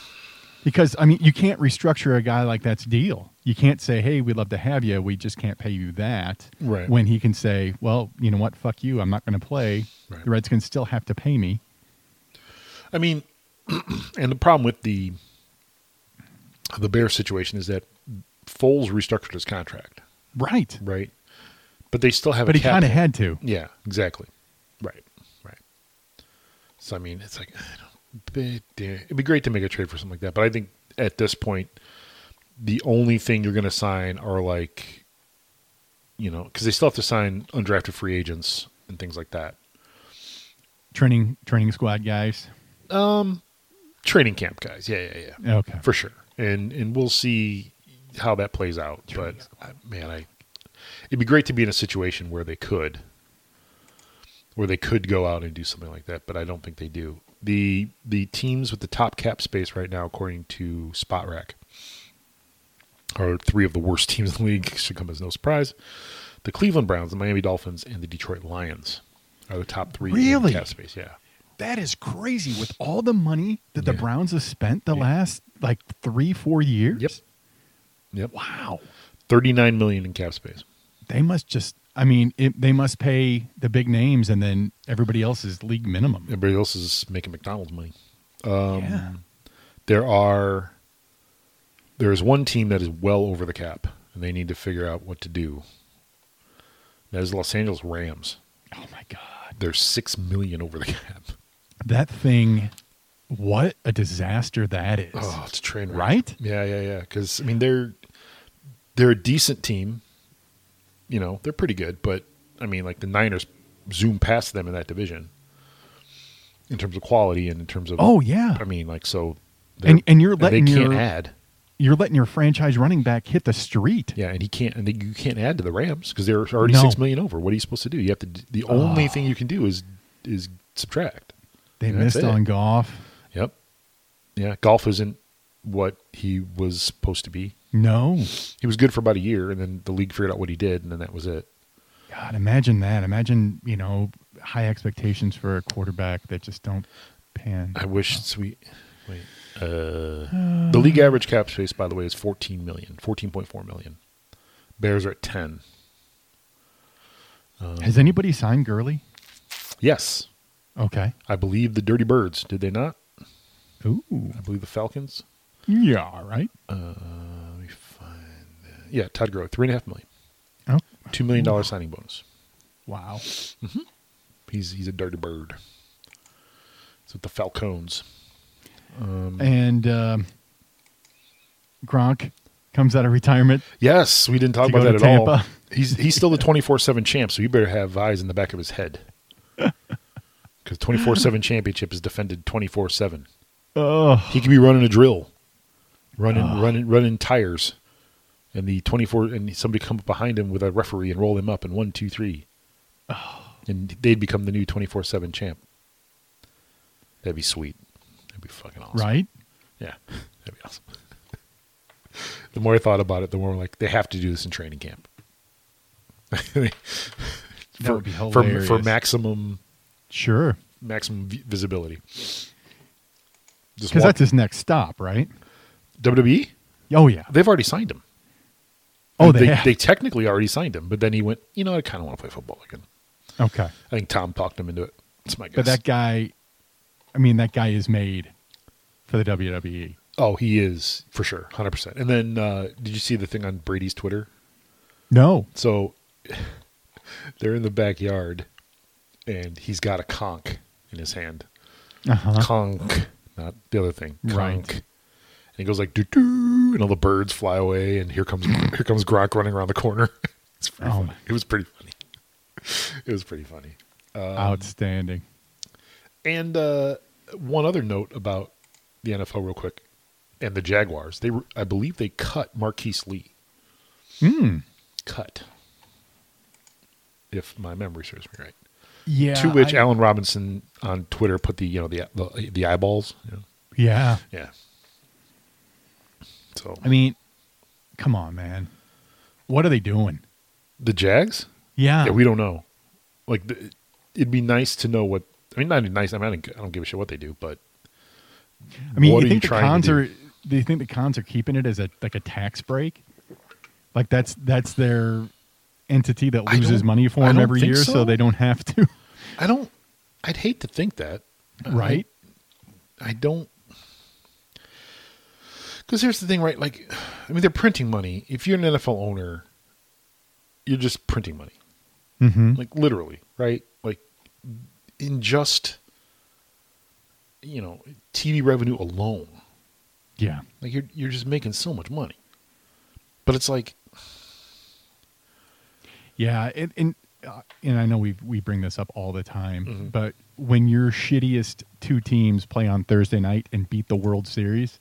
Speaker 4: Because I mean, you can't restructure a guy like that's deal. You can't say, "Hey, we'd love to have you. We just can't pay you that."
Speaker 3: Right.
Speaker 4: When he can say, "Well, you know what? Fuck you. I'm not going to play."
Speaker 3: Right.
Speaker 4: The Redskins still have to pay me.
Speaker 3: I mean, and the problem with the the Bear situation is that Foles restructured his contract,
Speaker 4: Right.
Speaker 3: right? But they still have.
Speaker 4: But
Speaker 3: a
Speaker 4: he
Speaker 3: cap
Speaker 4: kind of
Speaker 3: hit.
Speaker 4: had to.
Speaker 3: Yeah. Exactly. Right. Right. So I mean, it's like I don't, but, yeah, it'd be great to make a trade for something like that, but I think at this point, the only thing you're going to sign are like, you know, because they still have to sign undrafted free agents and things like that.
Speaker 4: Training training squad guys.
Speaker 3: training camp guys. Yeah, yeah, yeah,
Speaker 4: Okay.
Speaker 3: for sure. And and we'll see how that plays out. but I, man, I it'd be great to be in a situation where they could, where they could go out and do something like that. But I don't think they do. the The teams with the top cap space right now, according to SpotRack, are three of the worst teams in the league. Should come as no surprise. The Cleveland Browns, the Miami Dolphins, and the Detroit Lions are the top three in
Speaker 4: Really?
Speaker 3: cap space. Yeah.
Speaker 4: That is crazy. With all the money that the
Speaker 3: Yeah.
Speaker 4: Browns have spent the
Speaker 3: Yeah.
Speaker 4: last like three, four years.
Speaker 3: Yep. Yep.
Speaker 4: Wow.
Speaker 3: Thirty nine million in cap space.
Speaker 4: They must just. I mean, it, they must pay the big names, and then everybody else is league minimum.
Speaker 3: Everybody else is making McDonald's money.
Speaker 4: yeah.
Speaker 3: Um, There are there is one team that is well over the cap, and they need to figure out what to do. That is Los Angeles Rams.
Speaker 4: Oh my god.
Speaker 3: They're six million over the cap.
Speaker 4: That thing. What a disaster that is.
Speaker 3: Oh, it's a train wreck.
Speaker 4: Right?
Speaker 3: Yeah, yeah, yeah. Because I mean, they're they're a decent team. You know, they're pretty good, but I mean, like the Niners zoom past them in that division in terms of quality and in terms of.
Speaker 4: Oh, yeah.
Speaker 3: I mean, like so.
Speaker 4: And-
Speaker 3: they're-
Speaker 4: and you're letting
Speaker 3: they can't
Speaker 4: your-
Speaker 3: add.
Speaker 4: You're letting your franchise running back hit the street.
Speaker 3: Yeah, and he can't, and you can't add to the Rams because they're already
Speaker 4: No.
Speaker 3: six million over. What are you supposed to do? You have to. d- The only thing you can do is is subtract.
Speaker 4: They
Speaker 3: That's it.
Speaker 4: missed on golf.
Speaker 3: Yep. Yeah, golf isn't what he was supposed to be.
Speaker 4: No.
Speaker 3: He was good for about a year, and then the league figured out what he did, and then that was it.
Speaker 4: God, imagine that. Imagine, you know, high expectations for a quarterback that just don't pan.
Speaker 3: I wish sweet. Wait. Uh, the league average cap space, by the way, is 14 million, 14.4 million. Bears are at 10.
Speaker 4: Has anybody signed Gurley?
Speaker 3: Yes,
Speaker 4: Okay.
Speaker 3: I believe the Dirty Birds, did they not?
Speaker 4: Ooh.
Speaker 3: I believe the Falcons.
Speaker 4: Yeah, all right.
Speaker 3: Let me find. that. Yeah, Todd Groh, three and a half million,
Speaker 4: Oh,
Speaker 3: two million dollar signing bonus.
Speaker 4: wow.
Speaker 3: He's he's a dirty bird. It's with the Falcons.
Speaker 4: And um, Gronk comes out of retirement.
Speaker 3: Yes, we didn't talk
Speaker 4: To
Speaker 3: about
Speaker 4: go
Speaker 3: that at
Speaker 4: to
Speaker 3: all.
Speaker 4: Tampa.
Speaker 3: He's he's still the twenty four seven champ, so you better have eyes in the back of his head. Because twenty four seven championship is defended twenty four seven.
Speaker 4: Oh,
Speaker 3: He could be running a drill, running
Speaker 4: Ah.
Speaker 3: running running tires, and the twenty four and somebody come up behind him with a referee and roll him up and one two three,
Speaker 4: Oh.
Speaker 3: and they'd become the new twenty four seven champ. That'd be sweet. That'd be fucking awesome.
Speaker 4: right?
Speaker 3: Yeah, that'd be awesome. the more I thought about it, the more I'm like they have to do this in training camp. for,
Speaker 4: That would be
Speaker 3: for
Speaker 4: hilarious.
Speaker 3: for maximum
Speaker 4: Sure.
Speaker 3: maximum vi- visibility. Just
Speaker 4: Because
Speaker 3: walk-
Speaker 4: that's his next stop, right?
Speaker 3: WWE.
Speaker 4: Oh, yeah.
Speaker 3: They've already signed him.
Speaker 4: Oh,
Speaker 3: they,
Speaker 4: they,
Speaker 3: they,
Speaker 4: have.
Speaker 3: technically already signed him, but then he went. You know, I kind of want to play football again.
Speaker 4: okay.
Speaker 3: I think Tom talked him into it. That's my guess.
Speaker 4: But that guy, I mean, that guy is made for the E. WWE.
Speaker 3: oh, he is for sure, hundred percent. And then, uh, did you see the thing on Brady's Twitter
Speaker 4: No.
Speaker 3: So they're in the backyard, and he's got a conch in his hand.
Speaker 4: Uh-huh.
Speaker 3: Conch, not the other thing. Conch.
Speaker 4: Right.
Speaker 3: And he goes like doo doo, and all the birds fly away, and here comes here comes Gronk running around the corner. it's pretty
Speaker 4: Oh
Speaker 3: funny.
Speaker 4: my-
Speaker 3: It was pretty funny. it was pretty funny.
Speaker 4: Outstanding.
Speaker 3: And uh, one other note about the NFL, real quick, and the Jaguars. They, were, I believe, they cut Marquise Lee.
Speaker 4: Mm.
Speaker 3: Cut, if my memory serves me right.
Speaker 4: Yeah.
Speaker 3: to which
Speaker 4: I-
Speaker 3: Alan Robinson on Twitter put the you know the the, the eyeballs. You know?
Speaker 4: yeah.
Speaker 3: Yeah. So
Speaker 4: I mean, come on, man. What are they doing?
Speaker 3: the Jags?
Speaker 4: Yeah.
Speaker 3: Yeah, we don't know. Like, the, it'd be nice to know what. I mean, not even nice. I mean, I don't, I don't give a shit what they do, but
Speaker 4: I mean,
Speaker 3: what
Speaker 4: you
Speaker 3: are
Speaker 4: think
Speaker 3: you
Speaker 4: the
Speaker 3: trying to
Speaker 4: cons
Speaker 3: do?
Speaker 4: are? Do you think the cons are keeping it as a like a tax break? Like that's that's their entity that
Speaker 3: I
Speaker 4: loses
Speaker 3: don't-
Speaker 4: money for
Speaker 3: I
Speaker 4: them
Speaker 3: don't
Speaker 4: every
Speaker 3: think
Speaker 4: year, so.
Speaker 3: so.
Speaker 4: they don't have to,
Speaker 3: I don't. I'd hate to think that. I-
Speaker 4: right?
Speaker 3: I don't. Because here's the thing, right? Like, I mean, they're printing money. If you're an NFL owner, you're just printing money,
Speaker 4: Mm-hmm.
Speaker 3: like literally, right? Like, in just you know TV revenue alone,
Speaker 4: Yeah,
Speaker 3: like you're you're just making so much money. But it's like,
Speaker 4: yeah, and and, uh, and I know we we bring this up all the time,
Speaker 3: Mhm.
Speaker 4: but when your shittiest two teams play on Thursday night and beat the World Series,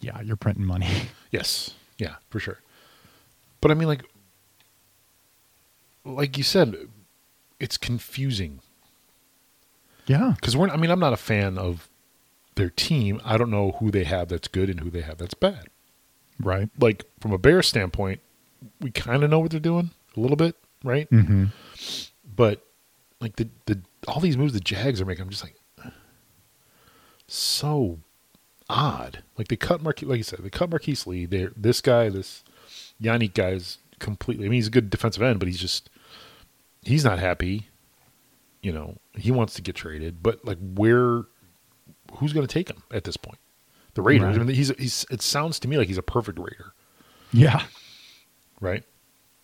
Speaker 4: yeah, you're printing money.
Speaker 3: yes, yeah, for sure. But I mean, like, like you said, it's confusing
Speaker 4: yeah,
Speaker 3: because we're. I mean, I'm not a fan of their team. I don't know who they have that's good and who they have that's bad.
Speaker 4: right.
Speaker 3: Like from a Bears standpoint, we kind of know what they're doing a little bit, right?
Speaker 4: Mm-hmm.
Speaker 3: But like the the all these moves the Jags are making, I'm just like so odd. Like they cut Marquise, like you said, they cut Marquise Lee. They this guy, this Yannick guy is completely. I mean, he's a good defensive end, but he's just he's not happy. You know, he wants to get traded, but like where? Who's going to take him at this point? The Raiders. I
Speaker 4: Right.
Speaker 3: mean, he's he's. It sounds to me like he's a perfect Raider,
Speaker 4: Yeah.
Speaker 3: right?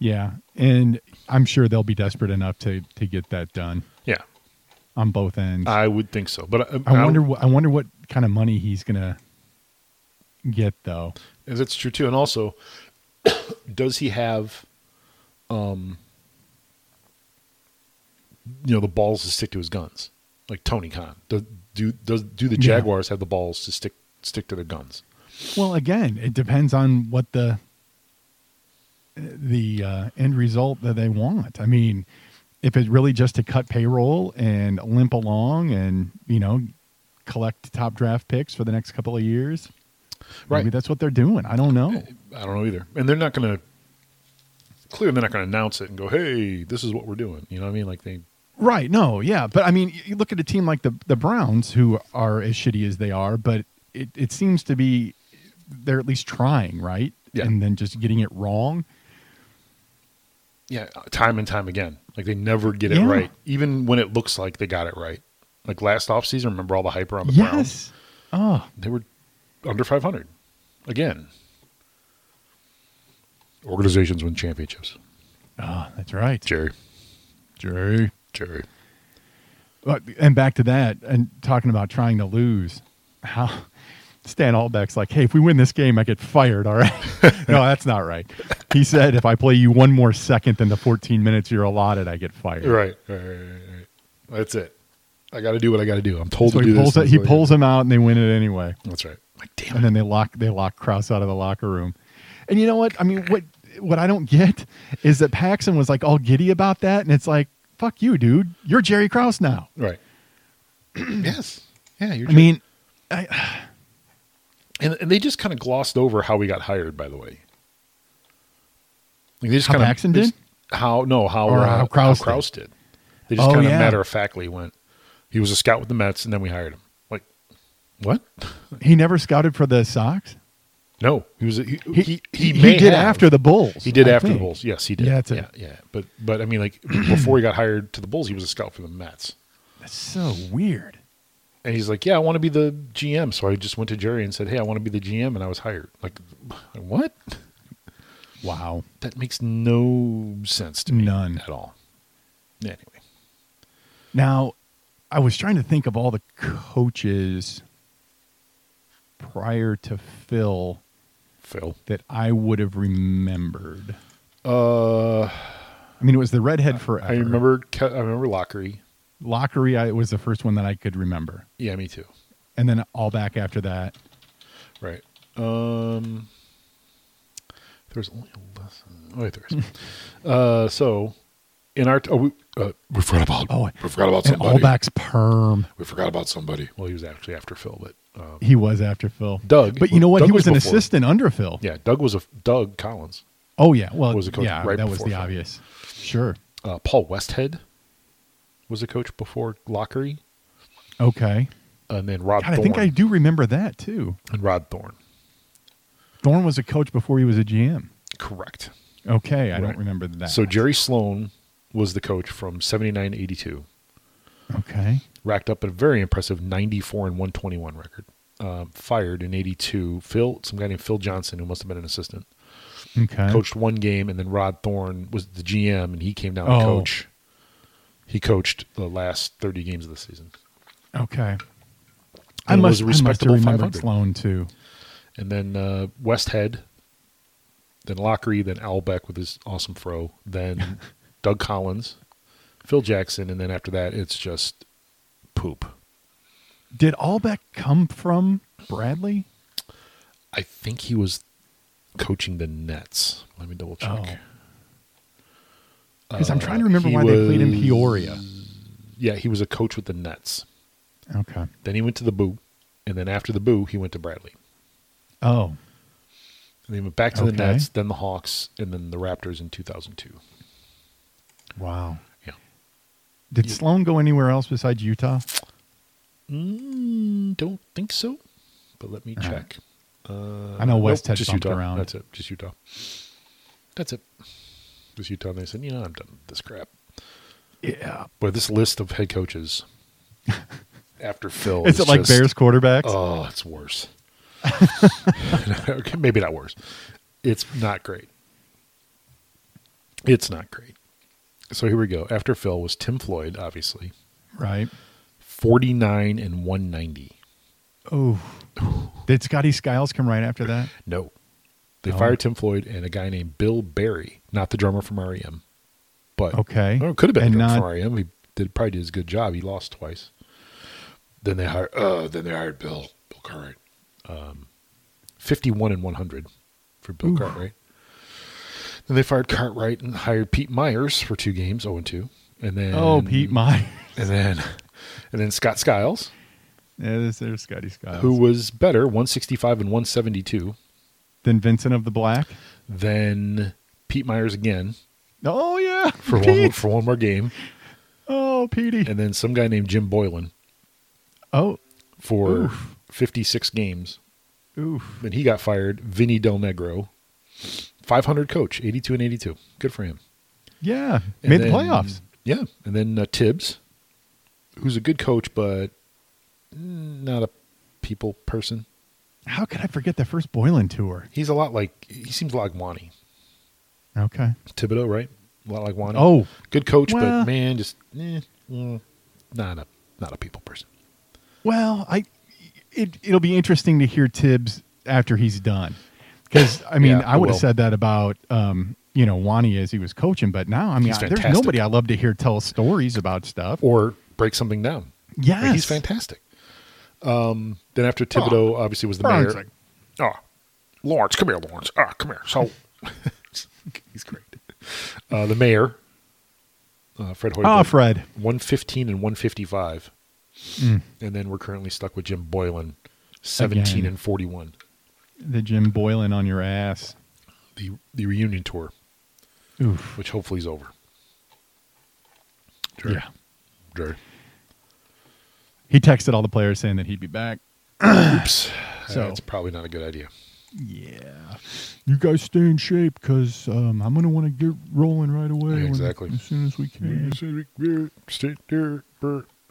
Speaker 4: Yeah, and I'm sure they'll be desperate enough to to get that done
Speaker 3: Yeah,
Speaker 4: on both ends. I,
Speaker 3: I would think so. But I,
Speaker 4: wonder. What, I wonder what kind of money he's gonna get though.
Speaker 3: And that's true too. And also, does he have, um, you know, the balls to stick to his guns, like Tony Khan? Do do does do the
Speaker 4: Yeah.
Speaker 3: Jaguars have the balls to stick stick to their guns?
Speaker 4: Well, again, it depends on what the the uh, end result that they want. I mean, if it's really just to cut payroll and limp along, and you know, collect top draft picks for the next couple of years,
Speaker 3: Right. Eh,
Speaker 4: Maybe that's what they're doing. I don't know.
Speaker 3: I don't know either. And they're not going to clearly they're not going to announce it and go, "Hey, this is what we're doing." You know what I mean? Like they,
Speaker 4: Right. No. Yeah. But I mean, y- you look at a team like the the Browns, who are as shitty as they are, but it, it seems to be they're at least trying, right?
Speaker 3: Yeah.
Speaker 4: And then just getting it wrong.
Speaker 3: yeah, time and time again, like they never get it
Speaker 4: Yeah.
Speaker 3: right, even when it looks like they got it right. Like last offseason, remember all the hype around the Browns?
Speaker 4: yes. Oh,
Speaker 3: they were under 500 again. Organizations win championships.
Speaker 4: oh, that's right.
Speaker 3: Jerry,
Speaker 4: Jerry.
Speaker 3: Jerry.
Speaker 4: But- And back to that, and talking about trying to lose, how Stan Allbeck's like, hey, if we win this game, I get fired. All right. no, that's not right. He said, if I play you one more second than the 14 minutes you're allotted, I get fired.
Speaker 3: Right, right, right, right, right. That's it. I got to do what I got to do. I'm told
Speaker 4: So
Speaker 3: to
Speaker 4: he
Speaker 3: do
Speaker 4: pulls,
Speaker 3: this.
Speaker 4: it, he
Speaker 3: That's what I
Speaker 4: pulls him out, and they win it anyway.
Speaker 3: do. That's right. Like damn
Speaker 4: and
Speaker 3: it.
Speaker 4: then they lock they lock Kraus out of the locker room. And you know what? I mean, what what I don't get is that Paxson was like all giddy about that, and it's like, fuck you, dude. You're Jerry Krause now.
Speaker 3: Right. yes. Yeah. You're
Speaker 4: I mean,
Speaker 3: and, and they just kind of glossed over how we got hired. By the way, like they just
Speaker 4: How
Speaker 3: kind
Speaker 4: Paxton
Speaker 3: of
Speaker 4: did?
Speaker 3: how no how
Speaker 4: Or
Speaker 3: uh,
Speaker 4: how Kraus did.
Speaker 3: did. They just
Speaker 4: Oh,
Speaker 3: kind of
Speaker 4: yeah.
Speaker 3: matter of factly went. He was a scout with the Mets, and then we hired him. Like what?
Speaker 4: he never scouted for the Sox.
Speaker 3: No, he was. He he, he, may
Speaker 4: he did
Speaker 3: have.
Speaker 4: after the Bulls.
Speaker 3: He did
Speaker 4: I
Speaker 3: after
Speaker 4: think.
Speaker 3: the Bulls. Yes, he did.
Speaker 4: Yeah,
Speaker 3: Yeah,
Speaker 4: that's it.
Speaker 3: yeah, But but I mean, like before he got hired to the Bulls, he was a scout for the Mets,
Speaker 4: That's so weird.
Speaker 3: and he's like, "Yeah, I want to be the GM." So I just went to Jerry and said, "Hey, I want to be the GM," and I was hired. Like, what?
Speaker 4: Wow.
Speaker 3: That makes no sense to me.
Speaker 4: None.
Speaker 3: at all. Anyway,
Speaker 4: Now, I was trying to think of all the coaches prior to Phil
Speaker 3: Phil.
Speaker 4: that I would have remembered.
Speaker 3: Uh,
Speaker 4: I mean, it was the redhead forever.
Speaker 3: I remember. Ke- I remember Lockery.
Speaker 4: Lockery I, was the first one that I could remember,
Speaker 3: Yeah, me too.
Speaker 4: and then all back after that.
Speaker 3: Right. Um. There's only a lesson. Oh, wait, there is. uh, so, in our oh, we, uh, we forgot about
Speaker 4: Oh,
Speaker 5: We forgot about
Speaker 4: and all
Speaker 5: somebody.
Speaker 4: back's perm.
Speaker 5: We forgot about somebody.
Speaker 3: well, he was actually after Phil, but um,
Speaker 4: He was after Phil.
Speaker 3: Doug.
Speaker 4: But you know what?
Speaker 3: Doug
Speaker 4: he was,
Speaker 3: was
Speaker 4: an
Speaker 3: before.
Speaker 4: assistant under Phil.
Speaker 3: yeah, Doug was a Doug Collins,
Speaker 4: Oh yeah. Well,
Speaker 3: Was a coach
Speaker 4: yeah,
Speaker 3: right
Speaker 4: that was the
Speaker 3: before Phil.
Speaker 4: obvious. Sure.
Speaker 3: uh, Paul Westhead was a coach before Lockery,
Speaker 4: Okay.
Speaker 3: and then Rod.
Speaker 4: God, I
Speaker 3: Thorne,
Speaker 4: think I do remember that too.
Speaker 3: and Rod Thorne.
Speaker 4: Thorne was a coach before he was a GM.
Speaker 3: Correct.
Speaker 4: Okay, I
Speaker 3: Right.
Speaker 4: don't remember that.
Speaker 3: So Jerry Sloan was the coach from 79 to 82.
Speaker 4: Okay.
Speaker 3: racked up a very impressive 94 and 121 record. Um, fired in 82. Phil, some guy named Phil Johnson, who must have been an assistant,
Speaker 4: Okay.
Speaker 3: coached one game, and then Rod Thorne was the GM, and he came down to
Speaker 4: Oh.
Speaker 3: coach. He coached the last 30 games of the season.
Speaker 4: Okay. I
Speaker 3: And it was
Speaker 4: must,
Speaker 3: a
Speaker 4: I must have
Speaker 3: respectable
Speaker 4: remembered
Speaker 3: 500.
Speaker 4: Sloan too.
Speaker 3: And then uh, West Head, then Lockery, then Albeck with his awesome fro, then Doug Collins, Phil Jackson, and then after that, it's just poop.
Speaker 4: Did Allbeck come from Bradley?
Speaker 3: I think he was coaching the Nets. Let me double check. Uh,
Speaker 4: Oh. Because I'm trying to remember why they played in Peoria.
Speaker 3: Yeah, he was a coach with the Nets.
Speaker 4: Okay.
Speaker 3: Then he went to the Boo, and then after the Boo, he went to Bradley.
Speaker 4: Oh,
Speaker 3: And he went back to the
Speaker 4: Okay.
Speaker 3: Nets, then the Hawks, and then the Raptors in 2002.
Speaker 4: wow.
Speaker 3: Yeah.
Speaker 4: Did Sloan go anywhere else besides Utah?
Speaker 3: Mm, don't think so, but let me
Speaker 4: All right.
Speaker 3: check. Uh,
Speaker 4: I know West had
Speaker 3: just
Speaker 4: bumped
Speaker 3: Utah.
Speaker 4: around.
Speaker 3: That's it. Just Utah. That's it. Just Utah. And they said, you know, I'm done with this crap.
Speaker 4: Yeah.
Speaker 3: But this list of head coaches after Phil
Speaker 4: Is it like
Speaker 3: just-
Speaker 4: Bears quarterbacks?
Speaker 3: Oh, it's worse. Okay, Maybe not worse. It's not great. It's not great. So here we go. After Phil was Tim Floyd, obviously.
Speaker 4: right.
Speaker 3: 49 and 190.
Speaker 4: Oh. Did Scotty Skiles come right after that?
Speaker 3: No. They
Speaker 4: Oh.
Speaker 3: fired Tim Floyd and a guy named Bill Berry, not the drummer from REM. But
Speaker 4: Okay.
Speaker 3: Oh, it could have been
Speaker 4: And
Speaker 3: a drummer
Speaker 4: not-
Speaker 3: from REM. He did probably did his good job. He lost twice.
Speaker 5: Then they hired. Uh, then they hired Bill. Bill Cartwright.
Speaker 3: 51 Um, and 100 for Bill
Speaker 4: Ooh.
Speaker 3: Cartwright. Then they fired Cartwright and hired Pete Myers for two games, 0 and 2. And then
Speaker 4: Oh, Pete Myers.
Speaker 3: and then and then Scott Skiles,
Speaker 4: yeah, this, there's Scotty Skiles.
Speaker 3: who was better, 165 and 172,
Speaker 4: then Vincent of the Black.
Speaker 3: then Pete Myers again
Speaker 4: Oh yeah.
Speaker 3: for one
Speaker 4: Pete.
Speaker 3: for one more game,
Speaker 4: Oh, Petey.
Speaker 3: and then some guy named Jim Boylan
Speaker 4: oh,
Speaker 3: for 56 games.
Speaker 4: oof.
Speaker 3: Then he got fired, Vinny Del Negro. 500 coach, 82 and 82. Good for him.
Speaker 4: Yeah.
Speaker 3: And
Speaker 4: Made
Speaker 3: then-
Speaker 4: the playoffs.
Speaker 3: Yeah, and then uh, Tibbs, who's a good coach but mm, not a people person.
Speaker 4: How could I forget the first Boylan tour?
Speaker 3: He's a lot like he seems a lot like Wani
Speaker 4: Okay.
Speaker 3: Thibodeau, right? A lot like Wani.
Speaker 4: Oh,
Speaker 3: good coach,
Speaker 4: well-
Speaker 3: but man, just eh, mm, not a not a people person.
Speaker 4: Well, I it it'll be interesting to hear Tibbs after he's done, because I mean
Speaker 3: Yeah,
Speaker 4: I
Speaker 3: it
Speaker 4: would have
Speaker 3: will.
Speaker 4: said that about um, you know Wani as he was coaching, but now I mean
Speaker 3: He's
Speaker 4: I- there's
Speaker 3: fantastic.
Speaker 4: nobody I love to hear tell stories about stuff.
Speaker 3: Or break something down.
Speaker 4: yes,
Speaker 3: Like, he's fantastic. Um, then after Thibodeau, obviously was the
Speaker 4: Burns
Speaker 3: mayor.
Speaker 4: like-
Speaker 5: Oh, Lawrence, come here, Lawrence. Ah, come here. So
Speaker 3: He's great. Uh, the mayor, uh, Fred Hoiberg.
Speaker 4: Ah, Fred.
Speaker 3: 115 and 155.
Speaker 4: Mm.
Speaker 3: And then we're currently stuck with Jim Boylan, 17
Speaker 4: Again.
Speaker 3: and 41.
Speaker 4: The Jim Boylan on your ass.
Speaker 3: The, the reunion tour,
Speaker 4: Oof.
Speaker 3: which hopefully is over. Jerry,
Speaker 4: Yeah.
Speaker 3: Jerry.
Speaker 4: He texted all the players saying that he'd be back.
Speaker 3: Oops.
Speaker 4: So-
Speaker 3: That's probably not a good idea.
Speaker 4: Yeah. You guys stay in shape because um, I'm going to want to get rolling right away.
Speaker 3: Yeah,
Speaker 4: when-
Speaker 3: exactly.
Speaker 4: as soon as we can.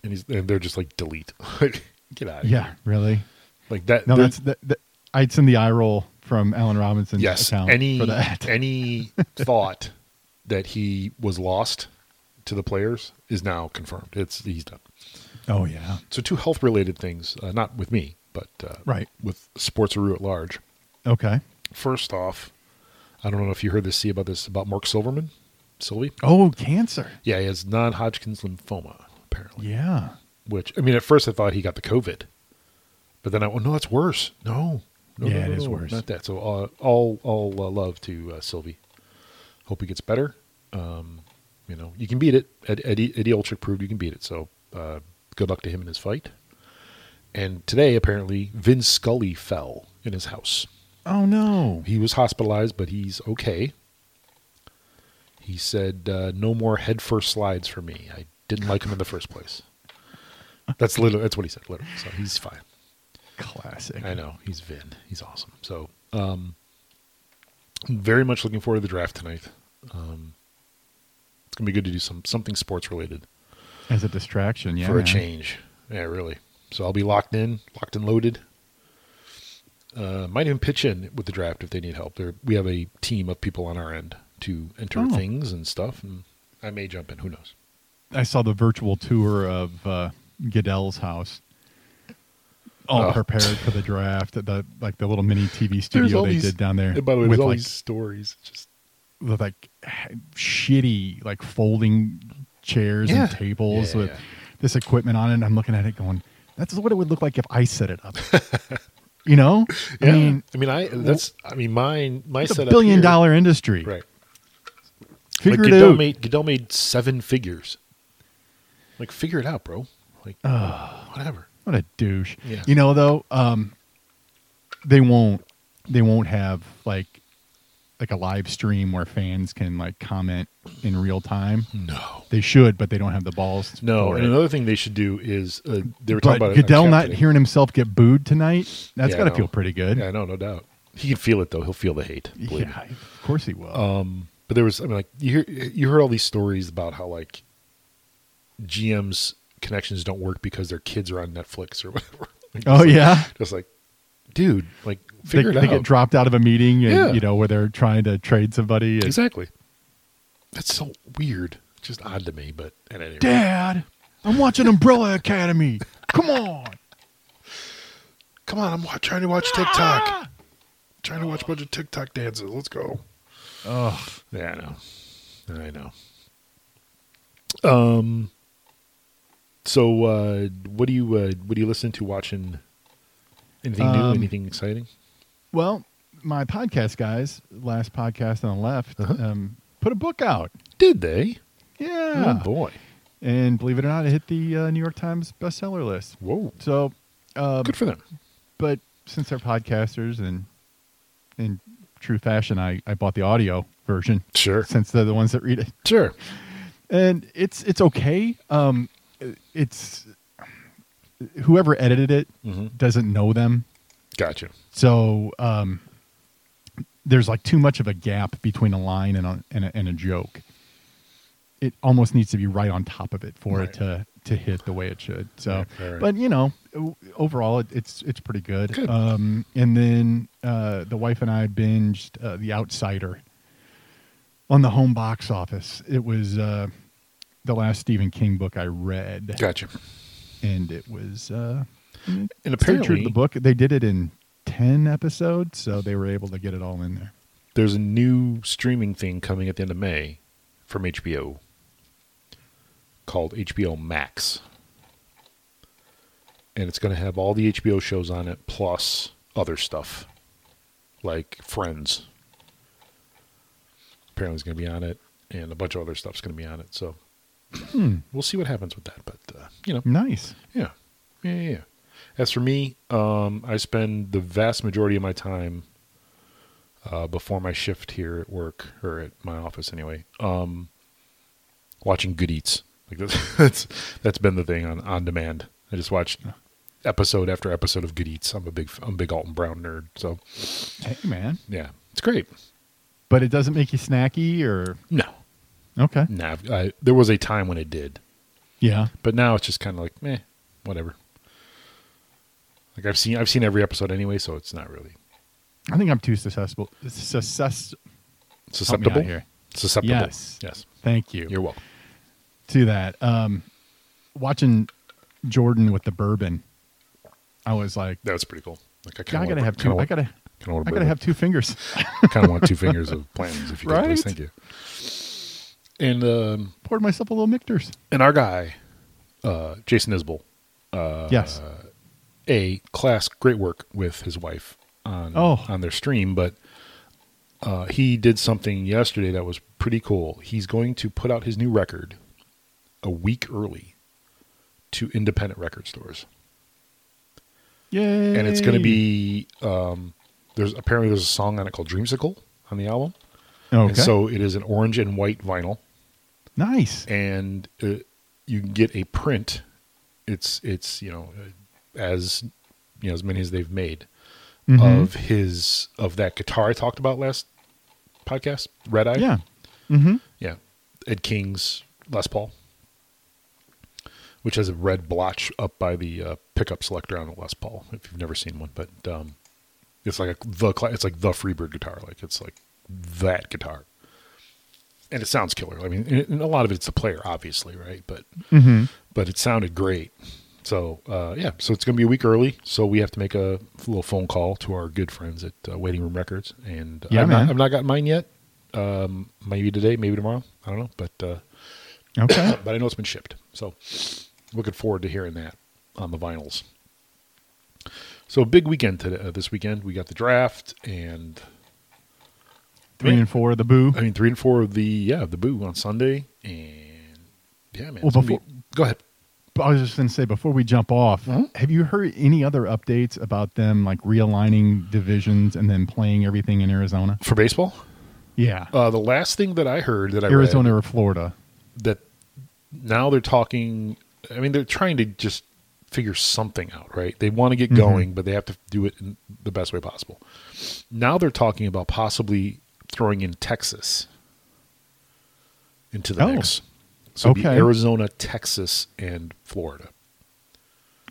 Speaker 3: And he's and they're just like delete. Like, Get out of here.
Speaker 4: Yeah, really?
Speaker 3: Like that.
Speaker 4: No,
Speaker 3: there-
Speaker 4: that's that, that, I'd send the eye roll from Alan Robinson's
Speaker 3: yes
Speaker 4: account
Speaker 3: any
Speaker 4: for that.
Speaker 3: any thought that he was lost to the players is now confirmed it's he's done
Speaker 4: oh yeah,
Speaker 3: so two health related things uh, not with me but uh,
Speaker 4: Right.
Speaker 3: with sportsaroo at large
Speaker 4: okay.
Speaker 3: first off i don't know if you heard this see about this about mark silverman sylvie
Speaker 4: Oh, cancer.
Speaker 3: yeah he has non-hodgkin's lymphoma apparently
Speaker 4: Yeah.
Speaker 3: which i mean at first i thought he got the covid but then i went no that's worse no no no,
Speaker 4: Yeah, it
Speaker 3: no,
Speaker 4: is
Speaker 3: no,
Speaker 4: worse.
Speaker 3: not that so uh, all all uh, love to uh, sylvie hope he gets better um you know you can beat it Ed, eddie eddie olchik proved you can beat it so uh good luck to him in his fight and today apparently vin scully fell in his house
Speaker 4: Oh no.
Speaker 3: he was hospitalized, but he's okay. He said, uh, "No more headfirst slides for me. I didn't like him in the first place." That's literally that's what he said. Literally, so he's fine.
Speaker 4: Classic.
Speaker 3: I know he's Vin. He's awesome. So, um, I'm very much looking forward to the draft tonight. Um, it's gonna be good to do some something sports related
Speaker 4: As a distraction, yeah.
Speaker 3: for a
Speaker 4: man.
Speaker 3: change. Yeah, really. So I'll be locked in, locked and loaded. Uh, might even pitch in with the draft if they need help. There, we have a team of people on our end to enter
Speaker 4: Oh.
Speaker 3: things and stuff, and I may jump in. Who knows?
Speaker 4: I saw the virtual tour of uh, Goodell's house. All
Speaker 3: Oh.
Speaker 4: prepared for the draft, the like the little mini TV studio
Speaker 3: all
Speaker 4: they
Speaker 3: these-
Speaker 4: did down there.
Speaker 3: And by the way,
Speaker 4: with
Speaker 3: there's all
Speaker 4: like,
Speaker 3: these stories. Just
Speaker 4: with like shitty like folding chairs
Speaker 3: Yeah.
Speaker 4: and tables
Speaker 3: Yeah,
Speaker 4: with
Speaker 3: yeah.
Speaker 4: this equipment on it. And I'm looking at it going, that's what it would look like if I set it up. you know? I mean,
Speaker 3: I mean, I that's I mean, mine my
Speaker 4: it's a
Speaker 3: setup
Speaker 4: billion
Speaker 3: here-
Speaker 4: dollar industry.
Speaker 3: right.
Speaker 4: Figure
Speaker 3: like
Speaker 4: it
Speaker 3: Goodell
Speaker 4: out.
Speaker 3: made Goodell made seven figures. Like figure it out, bro. Like whatever.
Speaker 4: What a douche.
Speaker 3: Yeah.
Speaker 4: You know though, um they won't they won't have like like a live stream where fans can like comment in real time.
Speaker 3: No.
Speaker 4: They should, but they don't have the balls.
Speaker 3: Hmm. No,
Speaker 4: for
Speaker 3: and
Speaker 4: it.
Speaker 3: another thing they should do is uh, they were
Speaker 4: but
Speaker 3: talking about it on
Speaker 4: Goodell
Speaker 3: Cap
Speaker 4: not
Speaker 3: today.
Speaker 4: hearing himself get booed tonight, That's
Speaker 3: Yeah,
Speaker 4: got to
Speaker 3: no.
Speaker 4: feel pretty good.
Speaker 3: Yeah, I know, no doubt. He can feel it though. He'll feel the hate. believe Um, me.
Speaker 4: Yeah, of course he will.
Speaker 3: But there was, I mean, like you hear, you heard all these stories about how like GM's connections don't work because their kids are on Netflix or whatever. Like,
Speaker 4: oh yeah,
Speaker 3: just like, dude, like
Speaker 4: they,
Speaker 3: figure it
Speaker 4: they
Speaker 3: out.
Speaker 4: get dropped out of a meeting, and,
Speaker 3: Yeah.
Speaker 4: you know, where they're trying to trade somebody. and,
Speaker 3: exactly. That's so weird. Just odd to me, but at any rate.
Speaker 4: Dad, I'm watching Umbrella Academy. Come on.
Speaker 3: Come on, I'm wa- trying to watch TikTok.
Speaker 4: Ah!
Speaker 3: trying to watch a bunch of TikTok dances. Let's go.
Speaker 4: Oh,
Speaker 3: Yeah, I know. I know. Um. So, uh, what do you uh, what do you listen to? Watching anything new?
Speaker 4: Um,
Speaker 3: Anything exciting?
Speaker 4: well, my podcast guys, last podcast on the left,
Speaker 3: Uh-huh.
Speaker 4: um, put a book out.
Speaker 3: Did they?
Speaker 4: Yeah,
Speaker 3: Oh boy!
Speaker 4: and believe it or not, it hit the uh, New York Times bestseller list.
Speaker 3: Whoa!
Speaker 4: So, um,
Speaker 3: Good for them.
Speaker 4: but since they're podcasters and in true fashion, I, I bought the audio version
Speaker 3: Sure.
Speaker 4: since they're the ones that read it,
Speaker 3: Sure.
Speaker 4: and it's it's okay. Um, it's whoever edited it
Speaker 3: Mhm.
Speaker 4: doesn't know them,
Speaker 3: Gotcha.
Speaker 4: so um, there's like too much of a gap between a line and a, and a, and a joke. It almost needs to be right on top of it for
Speaker 3: Right.
Speaker 4: it to to hit the way it should. So,
Speaker 3: Right, right, right.
Speaker 4: but you know, o- overall, it, it's it's pretty good.
Speaker 3: Good.
Speaker 4: Um, and then uh, the wife and I binged uh, The Outsider on the home box office. It was uh, the last Stephen King book I read,
Speaker 3: Gotcha.
Speaker 4: and it was. Uh,
Speaker 3: And
Speaker 4: Apparently,
Speaker 3: apparently,
Speaker 4: the book they did it in ten episodes, so they were able to get it all in there.
Speaker 3: there's a new streaming thing coming at the end of May from HBO called HBO Max. And it's going to have all the HBO shows on it plus other stuff like Friends. Apparently, it's going to be on it, and a bunch of other stuff's going to be on it. So we'll see what happens with that. But, uh, you know,
Speaker 4: Nice.
Speaker 3: yeah. Yeah, yeah, yeah. As for me, um, I spend the vast majority of my time uh, before my shift here at work or at my office anyway, um, watching Good Eats. Like that's, that's that's been the thing on on demand. I just watched episode after episode of Good Eats. I'm a big I'm a big Alton Brown nerd, so
Speaker 4: Hey man,
Speaker 3: yeah, it's great.
Speaker 4: but it doesn't make you snacky or
Speaker 3: No,
Speaker 4: okay.
Speaker 3: nah, I, there was a time when it did.
Speaker 4: Yeah,
Speaker 3: but now it's just kind of like meh, whatever. Like I've seen I've seen every episode anyway, so it's not really
Speaker 4: I think I'm too susceptible. Success. help me out
Speaker 3: Susceptible.
Speaker 4: here.
Speaker 3: Susceptible.
Speaker 4: Yes.
Speaker 3: Yes.
Speaker 4: Thank you.
Speaker 3: You're welcome.
Speaker 4: to that. Um, watching Jordan with the bourbon, I was like,
Speaker 3: That was pretty cool. Like I
Speaker 4: I
Speaker 3: kind
Speaker 4: gotta
Speaker 3: of
Speaker 4: have two. I gotta.
Speaker 3: Kind of
Speaker 4: I gotta have two fingers.
Speaker 3: kind of want two fingers of plantains if you could please.
Speaker 4: Right?
Speaker 3: Thank you. And um,
Speaker 4: Poured myself a little mictors.
Speaker 3: and our guy, uh, Jason Isbell, Uh,
Speaker 4: yes.
Speaker 3: a class great work with his wife on
Speaker 4: Oh.
Speaker 3: on their stream, but uh, he did something yesterday that was pretty cool. He's going to put out his new record a week early to independent record stores.
Speaker 4: Yay.
Speaker 3: and it's going to be um, there's apparently there's a song on it called Dreamsicle on the album,
Speaker 4: okay.
Speaker 3: and so it is an orange and white vinyl,
Speaker 4: nice.
Speaker 3: and uh, you can get a print. It's it's you know uh, as you know as many as they've made
Speaker 4: Mhm.
Speaker 3: of his of that guitar I talked about last podcast, Red Eye,
Speaker 4: yeah. Mm-hmm.
Speaker 3: yeah, Ed King's Les Paul. Which has a red blotch up by the uh, pickup selector on a Les Paul. If you've never seen one, but um, it's like a, the cla- it's like the Freebird guitar, like it's like that guitar, and it sounds killer. I mean, and and a lot of it's the player, obviously, right? But
Speaker 4: Mm-hmm.
Speaker 3: but it sounded great. So uh, yeah, so it's going to be a week early. So we have to make a little phone call to our good friends at uh, Waiting Room Records, and
Speaker 4: Yeah,
Speaker 3: I've,
Speaker 4: man.
Speaker 3: Not, I've not got mine yet. Um, maybe today, maybe tomorrow. I don't know, but uh,
Speaker 4: Okay.
Speaker 3: but I know it's been shipped. So looking forward to hearing that on the vinyls. So big weekend today. Uh, this weekend we got the draft and
Speaker 4: Three and four. The boo.
Speaker 3: I mean three and four of the yeah the boo on Sunday and yeah man.
Speaker 4: Well,
Speaker 3: it's gonna be-
Speaker 4: before-
Speaker 3: go ahead.
Speaker 4: But I was just going to say before we jump off, have you heard any other updates about them like realigning divisions and then playing everything in Arizona?
Speaker 3: For baseball,
Speaker 4: Yeah,
Speaker 3: uh, the last thing that I heard that I read-
Speaker 4: Arizona or Florida?
Speaker 3: that now they're talking i mean they're trying to just figure something out right they want to get
Speaker 4: Mm-hmm.
Speaker 3: going but they have to do it in the best way possible now they're talking about possibly throwing in texas into the
Speaker 4: Oh.
Speaker 3: mix so it'd be
Speaker 4: Okay.
Speaker 3: arizona texas and florida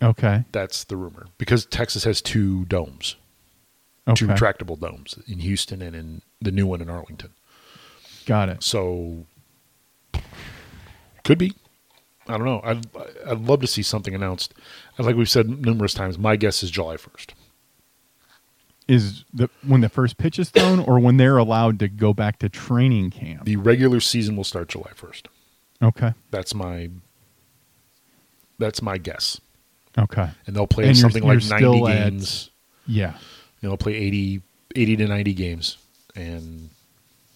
Speaker 4: Okay,
Speaker 3: that's the rumor because texas has two domes
Speaker 4: okay,
Speaker 3: two tractable domes in houston and in the new one in arlington
Speaker 4: got it.
Speaker 3: so could be. I don't know. I'd I'd love to see something announced. And like we've said numerous times, my guess is July first.
Speaker 4: Is the when the first pitch is thrown, or when they're allowed to go back to training camp?
Speaker 3: The regular season will start July first.
Speaker 4: Okay,
Speaker 3: That's my that's my guess.
Speaker 4: okay,
Speaker 3: And they'll play
Speaker 4: And you're-
Speaker 3: something like
Speaker 4: you're
Speaker 3: ninety
Speaker 4: still at-
Speaker 3: games.
Speaker 4: yeah.
Speaker 3: You know, play 80, 80 to ninety games. And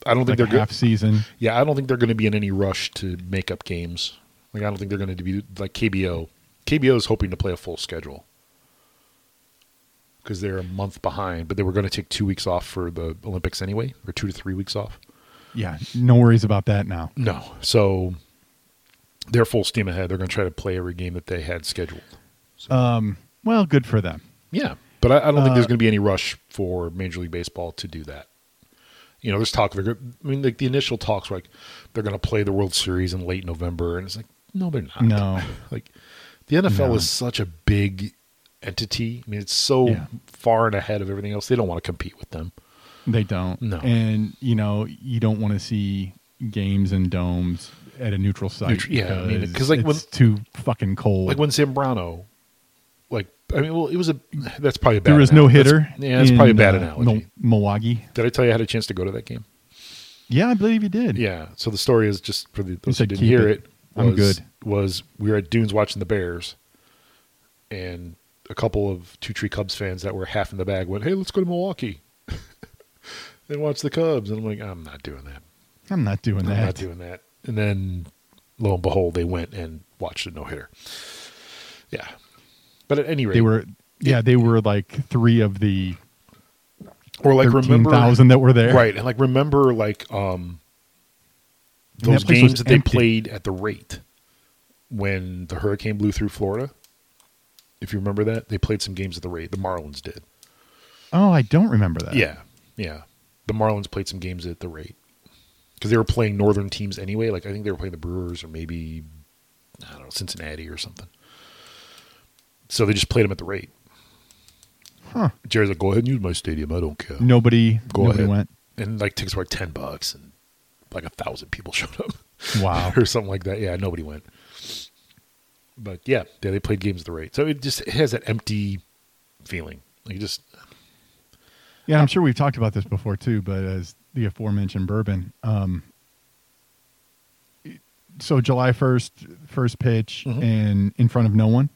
Speaker 3: I don't
Speaker 4: Like
Speaker 3: think they're
Speaker 4: half
Speaker 3: good.
Speaker 4: season.
Speaker 3: Yeah, I don't think they're going to be in any rush to make up games. Like I don't think they're going to be like KBO. KBO is hoping to play a full schedule because they're a month behind, but they were going to take two weeks off for the Olympics anyway, or two to three weeks off.
Speaker 4: Yeah, no worries about that now.
Speaker 3: No, so they're full steam ahead. They're going to try to play every game that they had scheduled.
Speaker 4: Well, good for them.
Speaker 3: Yeah, but I, I don't
Speaker 4: Uh,
Speaker 3: think there's going to be any rush for Major League Baseball to do that. You know, there's talk. They're, go- I mean, like the initial talks were like they're going to play the World Series in late November, and it's like, no, they're not.
Speaker 4: No,
Speaker 3: Like the NFL
Speaker 4: No.
Speaker 3: is such a big entity. I mean, it's so
Speaker 4: Yeah.
Speaker 3: far and ahead of everything else. They don't want to compete with them.
Speaker 4: they don't.
Speaker 3: No.
Speaker 4: and you know you don't want to see games and domes at a neutral site.
Speaker 3: Neutral- yeah, I mean, 'cause,
Speaker 4: because
Speaker 3: like, when-
Speaker 4: it's too fucking cold.
Speaker 3: Like when Zambrano, like I mean, well, it was a that's probably a bad
Speaker 4: there was no
Speaker 3: anal- that's-
Speaker 4: hitter.
Speaker 3: yeah, that's probably a
Speaker 4: in,
Speaker 3: bad
Speaker 4: uh,
Speaker 3: analogy.
Speaker 4: Mil- Milwaukee.
Speaker 3: Did I tell you I had a chance to go to that game?
Speaker 4: Yeah, I believe you did.
Speaker 3: Yeah. So the story is just for the, those who
Speaker 4: said
Speaker 3: didn't
Speaker 4: keep
Speaker 3: hear
Speaker 4: it.
Speaker 3: it.
Speaker 4: I'm
Speaker 3: was-
Speaker 4: good.
Speaker 3: Was we were at Dunes watching the Bears, and a couple of Two Tree Cubs fans that were half in the bag went, "Hey, let's go to Milwaukee and watch the Cubs." And I'm like, "I'm not doing that.
Speaker 4: I'm not doing that.
Speaker 3: I'm not doing that." And then, lo and behold, they went and watched a no hitter. Yeah. But at any rate,
Speaker 4: They were, yeah, they were like three of the
Speaker 3: or like
Speaker 4: thirteen
Speaker 3: remember
Speaker 4: thousand that were there.
Speaker 3: right and like remember like um
Speaker 4: And that
Speaker 3: those
Speaker 4: place was
Speaker 3: games that they
Speaker 4: empty.
Speaker 3: played at the rate when the hurricane blew through florida if you remember that they played some games at the rate the marlins did
Speaker 4: Oh, I don't remember that.
Speaker 3: yeah yeah the marlins played some games at the rate because they were playing northern teams anyway like i think they were playing the brewers or maybe i don't know cincinnati or something so they just played them at the rate Jerry's like, go ahead and use my stadium. I don't care.
Speaker 4: Nobody,
Speaker 3: Go
Speaker 4: nobody
Speaker 3: ahead.
Speaker 4: went.
Speaker 3: And like tickets were like ten bucks, and like a thousand people showed up
Speaker 4: Wow.
Speaker 3: or something like that. Yeah, nobody went. But yeah, yeah, they played games at the rate, so it just it has that empty feeling. Like just
Speaker 4: Yeah, I'm sure we've talked about this before too, but as the aforementioned bourbon, um, so July first, first pitch,
Speaker 3: Mhm.
Speaker 4: and in front of no one.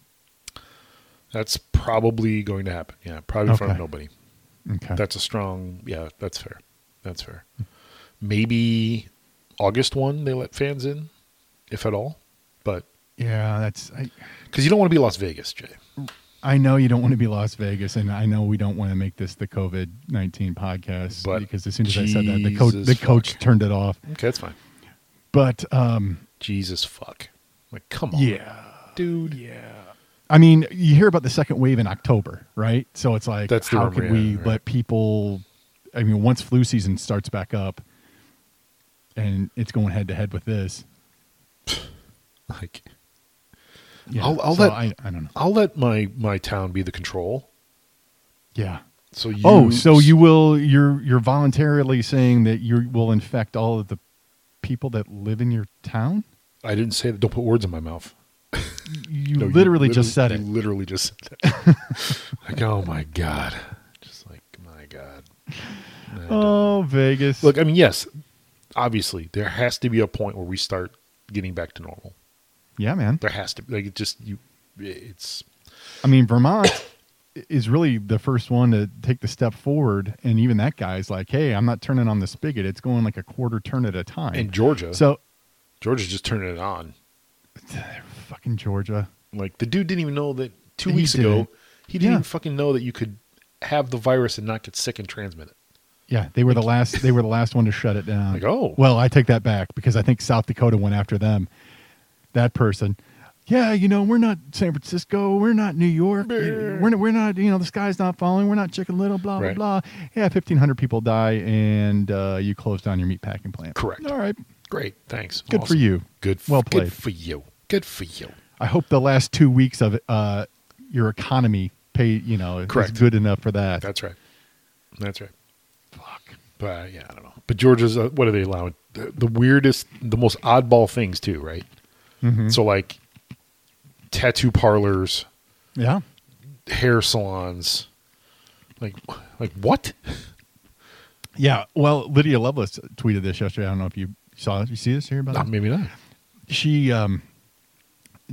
Speaker 3: that's probably going to happen. Yeah, probably in front of
Speaker 4: Okay.
Speaker 3: nobody.
Speaker 4: Okay,
Speaker 3: That's a strong. Yeah, that's fair. That's fair. Maybe August one they let fans in, if at all. But
Speaker 4: yeah, that's I.
Speaker 3: because you don't want to be Las Vegas, Jay.
Speaker 4: I know you don't want to be Las Vegas, and I know we don't want to make this the COVID nineteen podcast
Speaker 3: But
Speaker 4: because as soon as I said that, the coach
Speaker 3: Jesus
Speaker 4: the coach
Speaker 3: fuck.
Speaker 4: turned it off.
Speaker 3: Okay, that's fine.
Speaker 4: But um,
Speaker 3: Jesus fuck. Like come on.
Speaker 4: yeah,
Speaker 3: dude. Yeah.
Speaker 4: I mean, you hear about the second wave in October, right? So it's like,
Speaker 3: That's the
Speaker 4: how
Speaker 3: rumor,
Speaker 4: could
Speaker 3: yeah,
Speaker 4: we
Speaker 3: right.
Speaker 4: let people? I mean, once flu season starts back up, and it's going head to head with this.
Speaker 3: Like
Speaker 4: Yeah,
Speaker 3: I'll- I'll
Speaker 4: so
Speaker 3: let-
Speaker 4: I, I don't know.
Speaker 3: I'll let my my town be the control.
Speaker 4: Yeah.
Speaker 3: So you
Speaker 4: oh, so you will? You're you're voluntarily saying that you will infect all of the people that live in your town?
Speaker 3: I didn't say that. Don't put words in my mouth.
Speaker 4: You
Speaker 3: No,
Speaker 4: literally, just said
Speaker 3: you
Speaker 4: it.
Speaker 3: Literally just said that. like oh my god. Just like my god. I don't-
Speaker 4: Oh, Vegas!
Speaker 3: Look, I mean, yes, obviously there has to be a point where we start getting back to normal.
Speaker 4: yeah, man.
Speaker 3: There has to be like it just you. It's
Speaker 4: I mean, Vermont is really the first one to take the step forward, and even that guy's like, "Hey, I'm not turning on the spigot; it's going like a quarter turn at a time."
Speaker 3: in Georgia.
Speaker 4: so,
Speaker 3: Georgia's just turning it on.
Speaker 4: fucking Georgia.
Speaker 3: Like the dude didn't even know that two
Speaker 4: He
Speaker 3: weeks ago
Speaker 4: didn't.
Speaker 3: he didn't
Speaker 4: Yeah.
Speaker 3: even fucking know that you could have the virus and not get sick and transmit it.
Speaker 4: Yeah, they were the last. They were the last one to shut it down.
Speaker 3: Like, oh.
Speaker 4: Uh, well, I take that back because I think South Dakota went after them. That person. Yeah, you know, we're not San Francisco. We're not New York.
Speaker 3: Brr.
Speaker 4: We're, we're not, you know, the sky's not falling. We're not Chicken Little, blah,
Speaker 3: Right.
Speaker 4: blah, blah. Yeah, 1,500 people die and uh, you close down your meat packing plant.
Speaker 3: Correct.
Speaker 4: All right.
Speaker 3: Great, thanks.
Speaker 4: Good for
Speaker 3: Awesome.
Speaker 4: you.
Speaker 3: Good. f-
Speaker 4: Well
Speaker 3: Good
Speaker 4: played.
Speaker 3: for you. Good for you.
Speaker 4: I hope the last two weeks of uh, your economy pay, you know,
Speaker 3: Correct.
Speaker 4: is good enough for that.
Speaker 3: That's right. That's right.
Speaker 4: Fuck.
Speaker 3: But uh, yeah, I don't know. But Georgia's uh, what are they allowing? The, the weirdest, the most oddball things too, right?
Speaker 4: Mhm.
Speaker 3: So like tattoo parlors,
Speaker 4: Yeah.
Speaker 3: hair salons, like like what?
Speaker 4: Yeah. Well, Lydia Lovelace tweeted this yesterday. I don't know if you saw it. You see this here about
Speaker 3: Nah,
Speaker 4: it?
Speaker 3: maybe not.
Speaker 4: She um,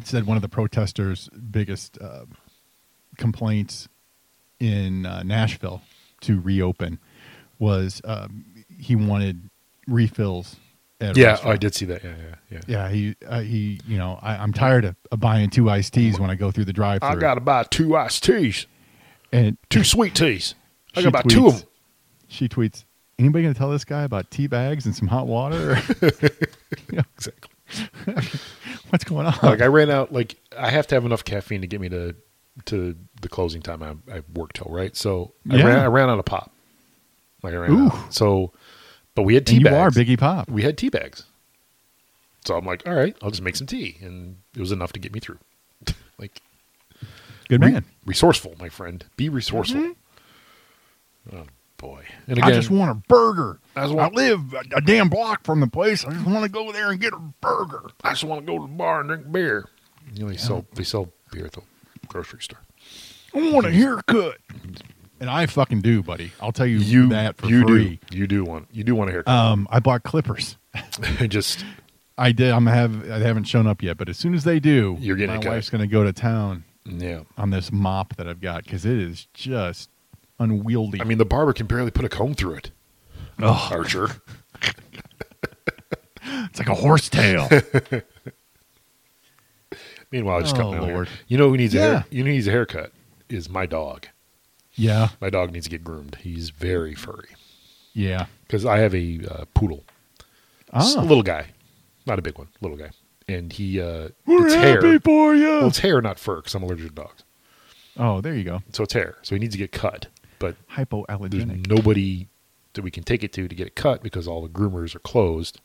Speaker 4: said one of the protesters' biggest uh, complaints in uh, Nashville to reopen was um, he wanted refills. At a
Speaker 3: Yeah,
Speaker 4: restaurant.
Speaker 3: oh, I did see that. Yeah, yeah, yeah.
Speaker 4: Yeah, he uh, he. You know, I, I'm tired of, of buying two iced teas when I go through the drive-through.
Speaker 3: I gotta buy two iced teas,
Speaker 4: And
Speaker 3: two sweet teas. I
Speaker 4: She
Speaker 3: gotta buy two
Speaker 4: tweets-
Speaker 3: of them.
Speaker 4: She tweets, anybody going to tell this guy about tea bags and some hot water? You know,
Speaker 3: Exactly.
Speaker 4: What's going on?
Speaker 3: Like I ran out. Like I have to have enough caffeine to get me to to the closing time I, I work till right. So I
Speaker 4: Yeah.
Speaker 3: ran I ran out of pop. Like I ran
Speaker 4: Ooh.
Speaker 3: out. So, but we had tea
Speaker 4: and you are
Speaker 3: bags.
Speaker 4: Biggie Pop.
Speaker 3: we had tea bags. So I'm like, all right, I'll just make some tea, and it was enough to get me through. like
Speaker 4: Good
Speaker 3: re-
Speaker 4: man.
Speaker 3: resourceful, my friend. Be resourceful. Oh boy! And again,
Speaker 4: Mm-hmm. I just want a burger.
Speaker 3: I
Speaker 4: I,
Speaker 3: just want-
Speaker 4: live a, a damn block from the place. I just want to go there and get a burger.
Speaker 3: I just want to go to the bar and drink beer. You know, they sell they sell beer at the grocery store.
Speaker 4: I want a haircut. And I fucking do, buddy. I'll tell you,
Speaker 3: You
Speaker 4: that for
Speaker 3: you
Speaker 4: free.
Speaker 3: do you do want you do want a haircut.
Speaker 4: Um, I bought clippers.
Speaker 3: just
Speaker 4: I did. I'm have. I haven't shown up yet, but as soon as they do,
Speaker 3: You're getting
Speaker 4: my
Speaker 3: a cut.
Speaker 4: wife's going to go to town
Speaker 3: yeah.
Speaker 4: on this mop that I've got because it is just unwieldy.
Speaker 3: I mean, the barber can barely put a comb through it.
Speaker 4: Ugh.
Speaker 3: Archer.
Speaker 4: It's like a horse tail.
Speaker 3: Meanwhile, I just cut
Speaker 4: Oh,
Speaker 3: my own hair.
Speaker 4: Lord.
Speaker 3: You know who needs a
Speaker 4: Yeah.
Speaker 3: hair, you know who needs a haircut is my dog.
Speaker 4: yeah,
Speaker 3: My dog needs to get groomed. He's very furry
Speaker 4: yeah.
Speaker 3: because I have a uh, poodle, S-
Speaker 4: Ah.
Speaker 3: little guy, not a big one, little guy, and he uh, it's hair.
Speaker 4: for you.
Speaker 3: Well, it's hair, not fur, because I'm allergic to dogs,
Speaker 4: oh, there you go.
Speaker 3: so it's hair. So he needs to get cut, but there's
Speaker 4: Hypoallergenic.
Speaker 3: nobody that we can take it to to get it cut because all the groomers are closed.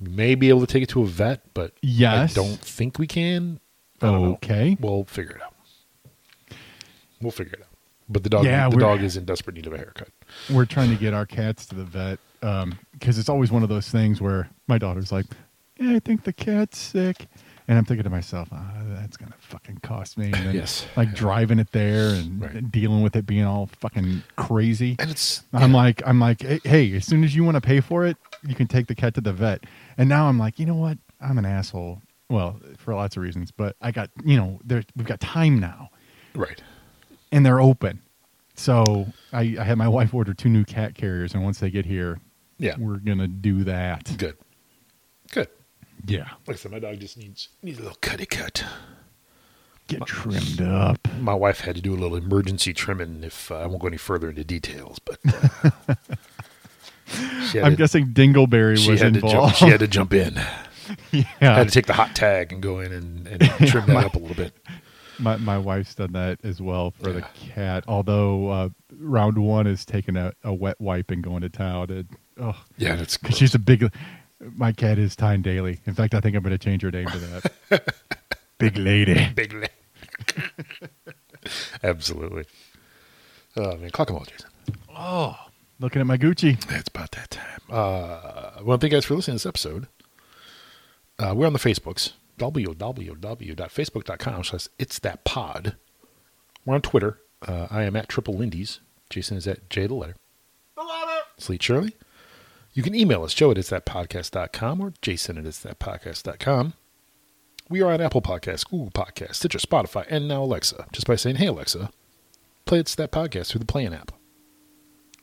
Speaker 3: We may be able to take it to a vet, but
Speaker 4: Yes.
Speaker 3: I don't think we can. I don't know.
Speaker 4: Okay.
Speaker 3: We'll figure it out. We'll figure it out. But the dog,
Speaker 4: Yeah,
Speaker 3: the
Speaker 4: we're-
Speaker 3: dog is in desperate need of a haircut.
Speaker 4: We're trying to get our cats to the vet because it's always one of those things where my daughter's like, yeah, I think the cat's sick. And I'm thinking to myself, ah, that's going to fucking cost me. And then,
Speaker 3: Yes.
Speaker 4: Like driving it there and
Speaker 3: Right.
Speaker 4: dealing with it being all fucking crazy.
Speaker 3: And it's
Speaker 4: I'm like, I'm like, "Hey- hey, as soon as you want to pay for it, you can take the cat to the vet. And now I'm like, you know what? I'm an asshole. Well, for lots of reasons, but I got, you know, there we've got time now,
Speaker 3: right.
Speaker 4: and they're open. So I, I had my wife order two new cat carriers, and once they get here,
Speaker 3: Yeah.
Speaker 4: we're gonna do that.
Speaker 3: Good. Good.
Speaker 4: Yeah,
Speaker 3: Like I said, my dog just needs needs a little cutty cut.
Speaker 4: get trimmed up.
Speaker 3: My wife had to do a little emergency trimming. If uh, I won't go any further into details, but uh, she had
Speaker 4: I'm
Speaker 3: to-
Speaker 4: guessing Dingleberry
Speaker 3: she
Speaker 4: was
Speaker 3: had to jump.
Speaker 4: involved.
Speaker 3: She had to jump in. I
Speaker 4: yeah,
Speaker 3: had to take the hot tag and go in and, and trim that up a little bit.
Speaker 4: My my wife's done that as well for the
Speaker 3: Yeah.
Speaker 4: cat. Although uh, round one is taking a, a wet wipe and going to town. And, oh,
Speaker 3: Yeah, that's
Speaker 4: 'cause
Speaker 3: gross.
Speaker 4: she's a big. My cat is Tyne Daly. In fact, I think I'm going to change her name to that. big lady.
Speaker 3: big. la- Absolutely. Oh man, clock 'em all, Jason.
Speaker 4: Looking at my Gucci.
Speaker 3: It's about that time. Uh, well, thank you guys for listening to this episode. Uh, we're on the Facebooks, www.facebook.com slash it's that pod. We're on Twitter. Uh, I am at Triple Lindy's. Jason is at J the letter. Sleet Shirley. You can email us, Joe at it's that podcast.com or Jason at it's that podcast.com. We are on Apple Podcasts, Google Podcasts, Stitcher, Spotify, and now Alexa. Just by saying, hey, Alexa, play It's That Podcast through the Playing app.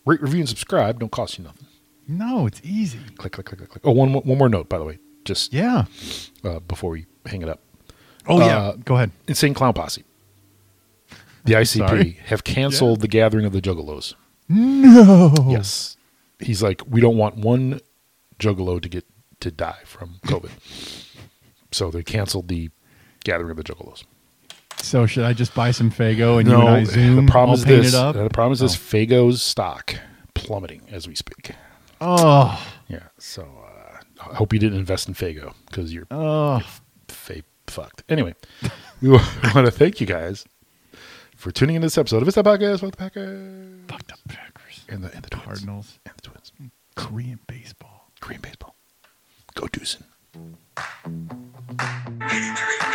Speaker 3: Rate, review, and subscribe. Don't cost you nothing
Speaker 4: No, it's easy.
Speaker 3: click click click click click. Oh, one mo- one more note, by the way, just
Speaker 4: Yeah.
Speaker 3: uh, before we hang it up.
Speaker 4: Oh
Speaker 3: yeah.
Speaker 4: Go ahead.
Speaker 3: Insane Clown Posse, the
Speaker 4: sorry.
Speaker 3: ICP have canceled the gathering of the Juggalos.
Speaker 4: No.
Speaker 3: Yes, he's like, we don't want one Juggalo to get to die from COVID, so they canceled the gathering of the Juggalos.
Speaker 4: So should I just buy some Fago and you and I zoom?
Speaker 3: the problem
Speaker 4: all
Speaker 3: is
Speaker 4: painted
Speaker 3: this.
Speaker 4: up?
Speaker 3: The problem is this. Fago's stock plummeting as we speak.
Speaker 4: Oh.
Speaker 3: Yeah, so uh, I hope you didn't invest in Fago because you're
Speaker 4: Oh.
Speaker 3: fa- fucked. Anyway, we want to thank you guys for tuning in to this episode of It's That Podcast, Fuck the Packers,
Speaker 4: Fucked up Packers.
Speaker 3: and the, and the Twins.
Speaker 4: Cardinals.
Speaker 3: And the Twins.
Speaker 4: Korean baseball.
Speaker 3: Green baseball. Go Deucin'.
Speaker 1: history.